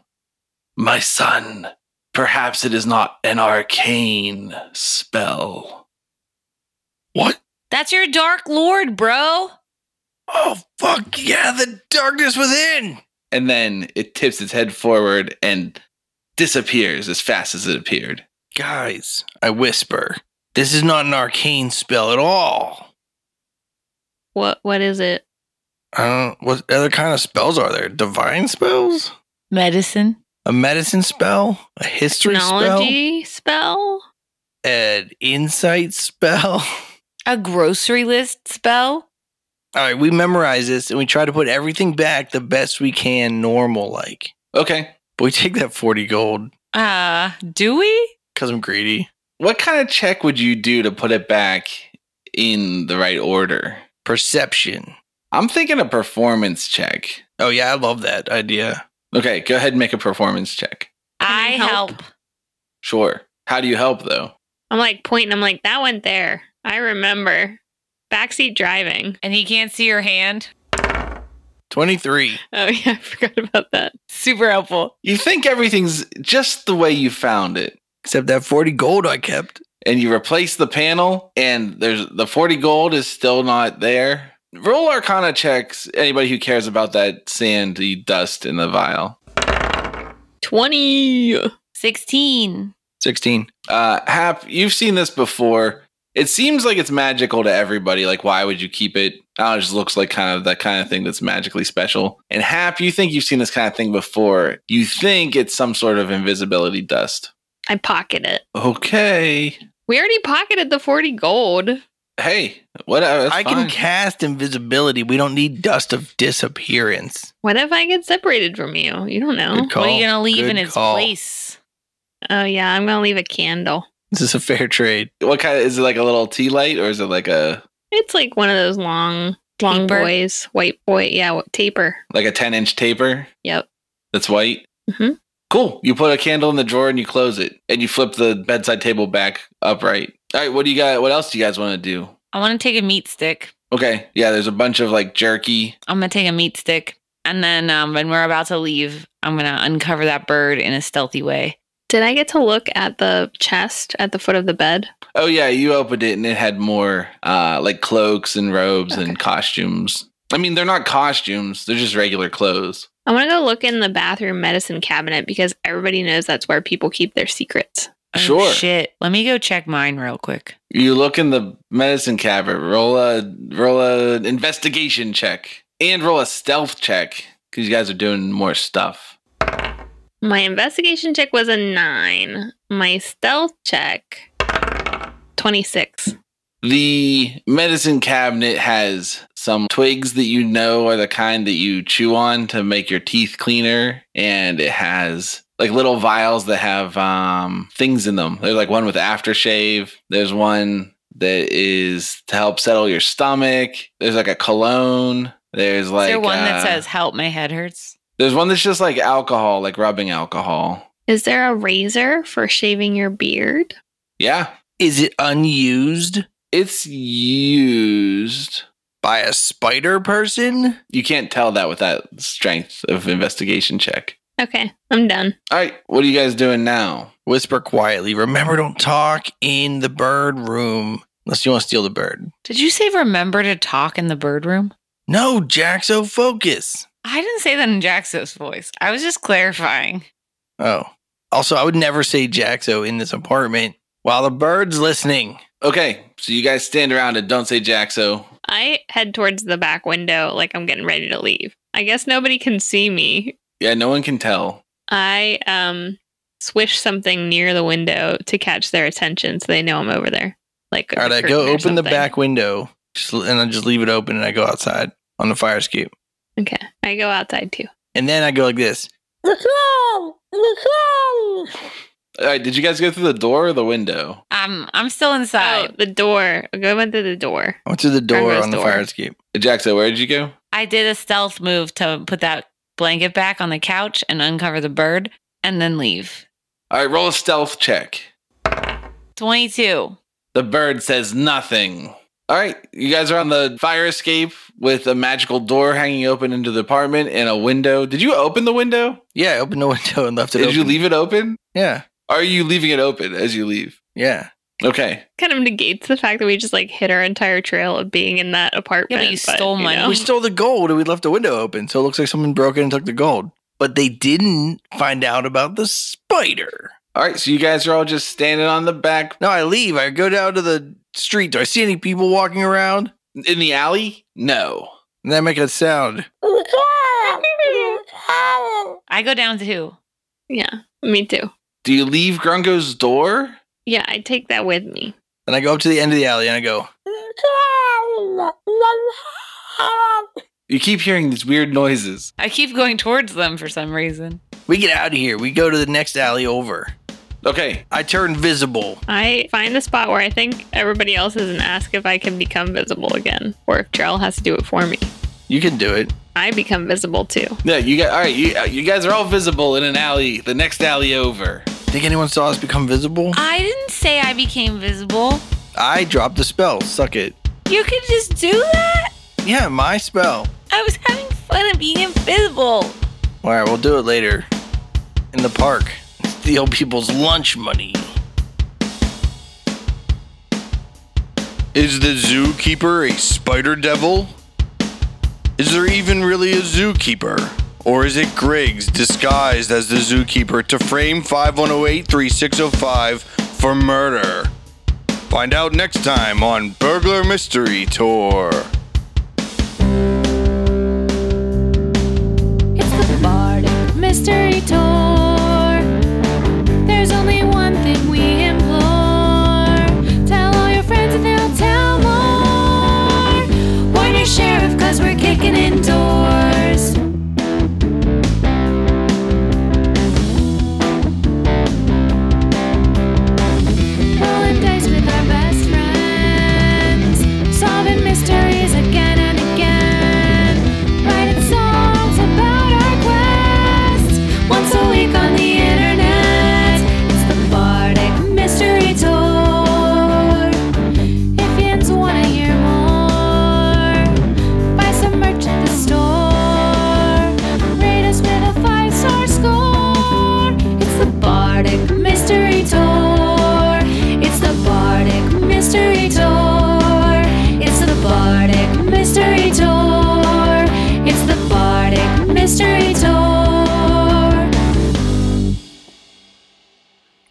[SPEAKER 1] My son, Perhaps it is not an arcane spell.
[SPEAKER 2] What?
[SPEAKER 4] That's your Dark Lord, bro.
[SPEAKER 2] Oh, fuck yeah, the darkness within.
[SPEAKER 1] And then it tips its head forward and disappears as fast as it appeared.
[SPEAKER 2] Guys, I whisper, this is not an arcane spell at all.
[SPEAKER 3] What what is it?
[SPEAKER 2] I don't what other kind of spells are there? Divine spells?
[SPEAKER 4] Medicine.
[SPEAKER 2] A medicine spell? A history
[SPEAKER 3] Technology spell?
[SPEAKER 2] spell? An insight spell?
[SPEAKER 4] A grocery list spell.
[SPEAKER 2] All right, we memorize this and we try to put everything back the best we can, normal like.
[SPEAKER 1] Okay.
[SPEAKER 2] But we take that 40 gold
[SPEAKER 4] Uh, do we?
[SPEAKER 2] because I'm greedy.
[SPEAKER 1] What kind of check would you do to put it back in the right order?
[SPEAKER 2] Perception.
[SPEAKER 1] I'm thinking a performance check.
[SPEAKER 2] Oh, yeah, I love that idea.
[SPEAKER 1] Okay, go ahead and make a performance check.
[SPEAKER 4] I
[SPEAKER 3] Can I help?
[SPEAKER 4] help?
[SPEAKER 1] Sure. How do you help though?
[SPEAKER 3] I'm like pointing, I'm like, that went there. I remember. Backseat driving.
[SPEAKER 4] And he can't see your hand.
[SPEAKER 2] 23.
[SPEAKER 3] Oh yeah, I forgot about that.
[SPEAKER 4] Super helpful.
[SPEAKER 1] You think everything's just the way you found it.
[SPEAKER 2] Except that 40 gold I kept.
[SPEAKER 1] And you replace the panel and there's the 40 gold is still not there. Roll arcana checks. Anybody who cares about that sandy dust in the vial.
[SPEAKER 3] Twenty
[SPEAKER 4] 16.
[SPEAKER 2] 16.
[SPEAKER 1] Uh Hap, you've seen this before. It seems like it's magical to everybody. Like, why would you keep it? Oh, it just looks like kind of that kind of thing that's magically special. And Hap, you think you've seen this kind of thing before. You think it's some sort of invisibility dust.
[SPEAKER 3] I pocket it.
[SPEAKER 1] Okay.
[SPEAKER 3] We already pocketed the 40 gold.
[SPEAKER 1] Hey, what? uh,
[SPEAKER 2] I can cast invisibility. We don't need dust of disappearance.
[SPEAKER 3] What if I get separated from you? You don't know.
[SPEAKER 2] Good call.
[SPEAKER 4] Oh, What are you going to leave
[SPEAKER 2] Good
[SPEAKER 4] in its
[SPEAKER 2] call.
[SPEAKER 4] place?
[SPEAKER 3] Oh yeah, I'm gonna leave a candle.
[SPEAKER 2] This is a fair trade.
[SPEAKER 1] What kind of, is it like a little tea light or is it like a
[SPEAKER 3] It's like one of those long, long
[SPEAKER 4] Taper?
[SPEAKER 3] boys, white boy. Yeah, what, taper.
[SPEAKER 1] like a ten inch taper
[SPEAKER 3] Yep.
[SPEAKER 1] that's white?
[SPEAKER 3] Mhm.
[SPEAKER 1] Cool. You put a candle in the drawer and you close it, and you flip the bedside table back upright. All right. What do you got? What else do you guys want to do?
[SPEAKER 4] I want to take a meat stick.
[SPEAKER 1] Okay. Yeah. There's a bunch of like jerky.
[SPEAKER 4] I'm going to take a meat stick. And then um, when we're about to leave, I'm going to uncover that bird in a stealthy way.
[SPEAKER 3] Did I get to look at the chest at the foot of the bed?
[SPEAKER 1] Oh yeah, you opened it and it had more uh like cloaks and robes
[SPEAKER 3] Okay.
[SPEAKER 1] and costumes. I mean, they're not costumes; they're just regular clothes.
[SPEAKER 3] I want to go look in the bathroom medicine cabinet because everybody knows that's where people keep their secrets.
[SPEAKER 4] Oh,
[SPEAKER 1] Sure.
[SPEAKER 4] Shit. Let me go check mine real quick.
[SPEAKER 1] You look in the medicine cabinet. Roll a roll a investigation check and roll a stealth check because you guys are doing more stuff.
[SPEAKER 3] My investigation check was a nine. My stealth check, 26.
[SPEAKER 1] The medicine cabinet has some twigs that you know are the kind that you chew on to make your teeth cleaner, and it has like little vials that have um, things in them. There's like one with aftershave. There's one that is to help settle your stomach. There's like a cologne. There's like
[SPEAKER 4] Is there one
[SPEAKER 1] uh,
[SPEAKER 4] that says, help, my head hurts?
[SPEAKER 1] There's one that's just like alcohol, like rubbing alcohol.
[SPEAKER 3] Is there a razor for shaving your beard?
[SPEAKER 1] Yeah.
[SPEAKER 2] Is it unused
[SPEAKER 1] It's used.
[SPEAKER 2] by a spider person?
[SPEAKER 1] You can't tell that with that strength of investigation check.
[SPEAKER 3] Okay, I'm done.
[SPEAKER 1] All right. What are you guys doing now?
[SPEAKER 2] Whisper quietly. Remember, don't talk in the bird room unless you want to steal the bird.
[SPEAKER 4] Did you say remember to talk in the bird room?
[SPEAKER 2] No, Jaxo, focus.
[SPEAKER 4] I didn't say that in Jaxo's voice. I was just clarifying.
[SPEAKER 2] Oh, also, I would never say Jaxo in this apartment while the bird's listening.
[SPEAKER 1] Okay. So you guys stand around and don't say Jaxo.
[SPEAKER 3] I head towards the back window like I'm getting ready to leave. I guess nobody can see me.
[SPEAKER 1] Yeah. No one can tell.
[SPEAKER 3] I um swish something near the window to catch their attention so they know I'm over there. Like
[SPEAKER 2] All right,
[SPEAKER 3] the
[SPEAKER 2] I go
[SPEAKER 3] curtain or
[SPEAKER 2] open the
[SPEAKER 3] something.
[SPEAKER 2] back window just, and I just leave it open and I go outside on the fire escape.
[SPEAKER 3] Okay. I go outside too.
[SPEAKER 2] And then I go like this.
[SPEAKER 1] All right. Did you guys go through the door or the window?
[SPEAKER 4] I'm I'm still
[SPEAKER 3] Oh,
[SPEAKER 4] inside.
[SPEAKER 3] the door. I go into the door.
[SPEAKER 2] I went to the door
[SPEAKER 3] Grandma's
[SPEAKER 2] on the
[SPEAKER 3] door.
[SPEAKER 2] fire escape.
[SPEAKER 1] Uh, Jaxo, where did you go?
[SPEAKER 4] I did a stealth move to put that blanket back on the couch and uncover the bird and then leave.
[SPEAKER 1] All right. Roll a stealth check.
[SPEAKER 4] 22.
[SPEAKER 1] The bird says nothing. All right, you guys are on the fire escape with a magical door hanging open into the apartment and a window. Did you open the window?
[SPEAKER 2] Yeah, I opened the window and left it
[SPEAKER 1] Did
[SPEAKER 2] open.
[SPEAKER 1] you leave it open?
[SPEAKER 2] Yeah,
[SPEAKER 1] Are you leaving it open as you leave?
[SPEAKER 2] yeah.
[SPEAKER 1] Okay.
[SPEAKER 3] Kind of negates the fact that we just like hit our entire trail of being in that apartment.
[SPEAKER 4] you stole money.
[SPEAKER 3] know.
[SPEAKER 2] We stole the gold and we left the window open, so it looks like someone broke in and took the gold. But they didn't find out about the spider.
[SPEAKER 1] All right. So you guys are all just standing on the back
[SPEAKER 2] No, I leave. I go down to the street. Do I see any people walking around?
[SPEAKER 1] in the alley. No.
[SPEAKER 2] And then I make a sound.
[SPEAKER 4] I go down too.
[SPEAKER 3] Yeah, me too.
[SPEAKER 1] Do you leave Grungo's door?
[SPEAKER 3] Yeah, I take that with me.
[SPEAKER 2] And I go up to the end of the alley and I go,
[SPEAKER 1] You keep hearing these weird noises.
[SPEAKER 4] I keep going towards them for some reason.
[SPEAKER 2] We get out of here. We go to the next alley over.
[SPEAKER 1] Okay.
[SPEAKER 2] I turn visible.
[SPEAKER 3] I find the spot where I think everybody else is and ask if I can become visible again, or if Jarl has to do it for me.
[SPEAKER 2] You can do it.
[SPEAKER 3] I become visible too.
[SPEAKER 1] Yeah. You got all right. You, you guys are all visible in an alley. The next alley over.
[SPEAKER 2] Think anyone saw us become visible?
[SPEAKER 4] I didn't say I became visible.
[SPEAKER 2] I dropped the spell. Suck it.
[SPEAKER 4] You could just do that?
[SPEAKER 2] Yeah, my spell.
[SPEAKER 4] I was having fun of being invisible.
[SPEAKER 2] All right, we'll do it later. In the park. Steal people's lunch money. Is the zookeeper a spider devil? Is there even really a zookeeper? Or is it Griggs disguised as the zookeeper to frame 5108 3605 for murder? Find out next time on Burglar Mystery Tour.
[SPEAKER 6] It's the Bardic Mystery Tour. There's only one thing we implore. Tell all your friends and they'll tell more. Warn your sheriff, cause we're kicking in doors. Rolling dice with our best friends. Solving mysteries again and again. Writing songs about our quest. Once a week on the internet. It's the Bardic Mystery Tour. If yins want to hear more, buy some merch at the store. Rate us with a five star score. It's the Bardic Mystery Tour. It's the Bardic Mystery Tour. It's the Bardic Mystery Tour. It's the Bardic Mystery Tour.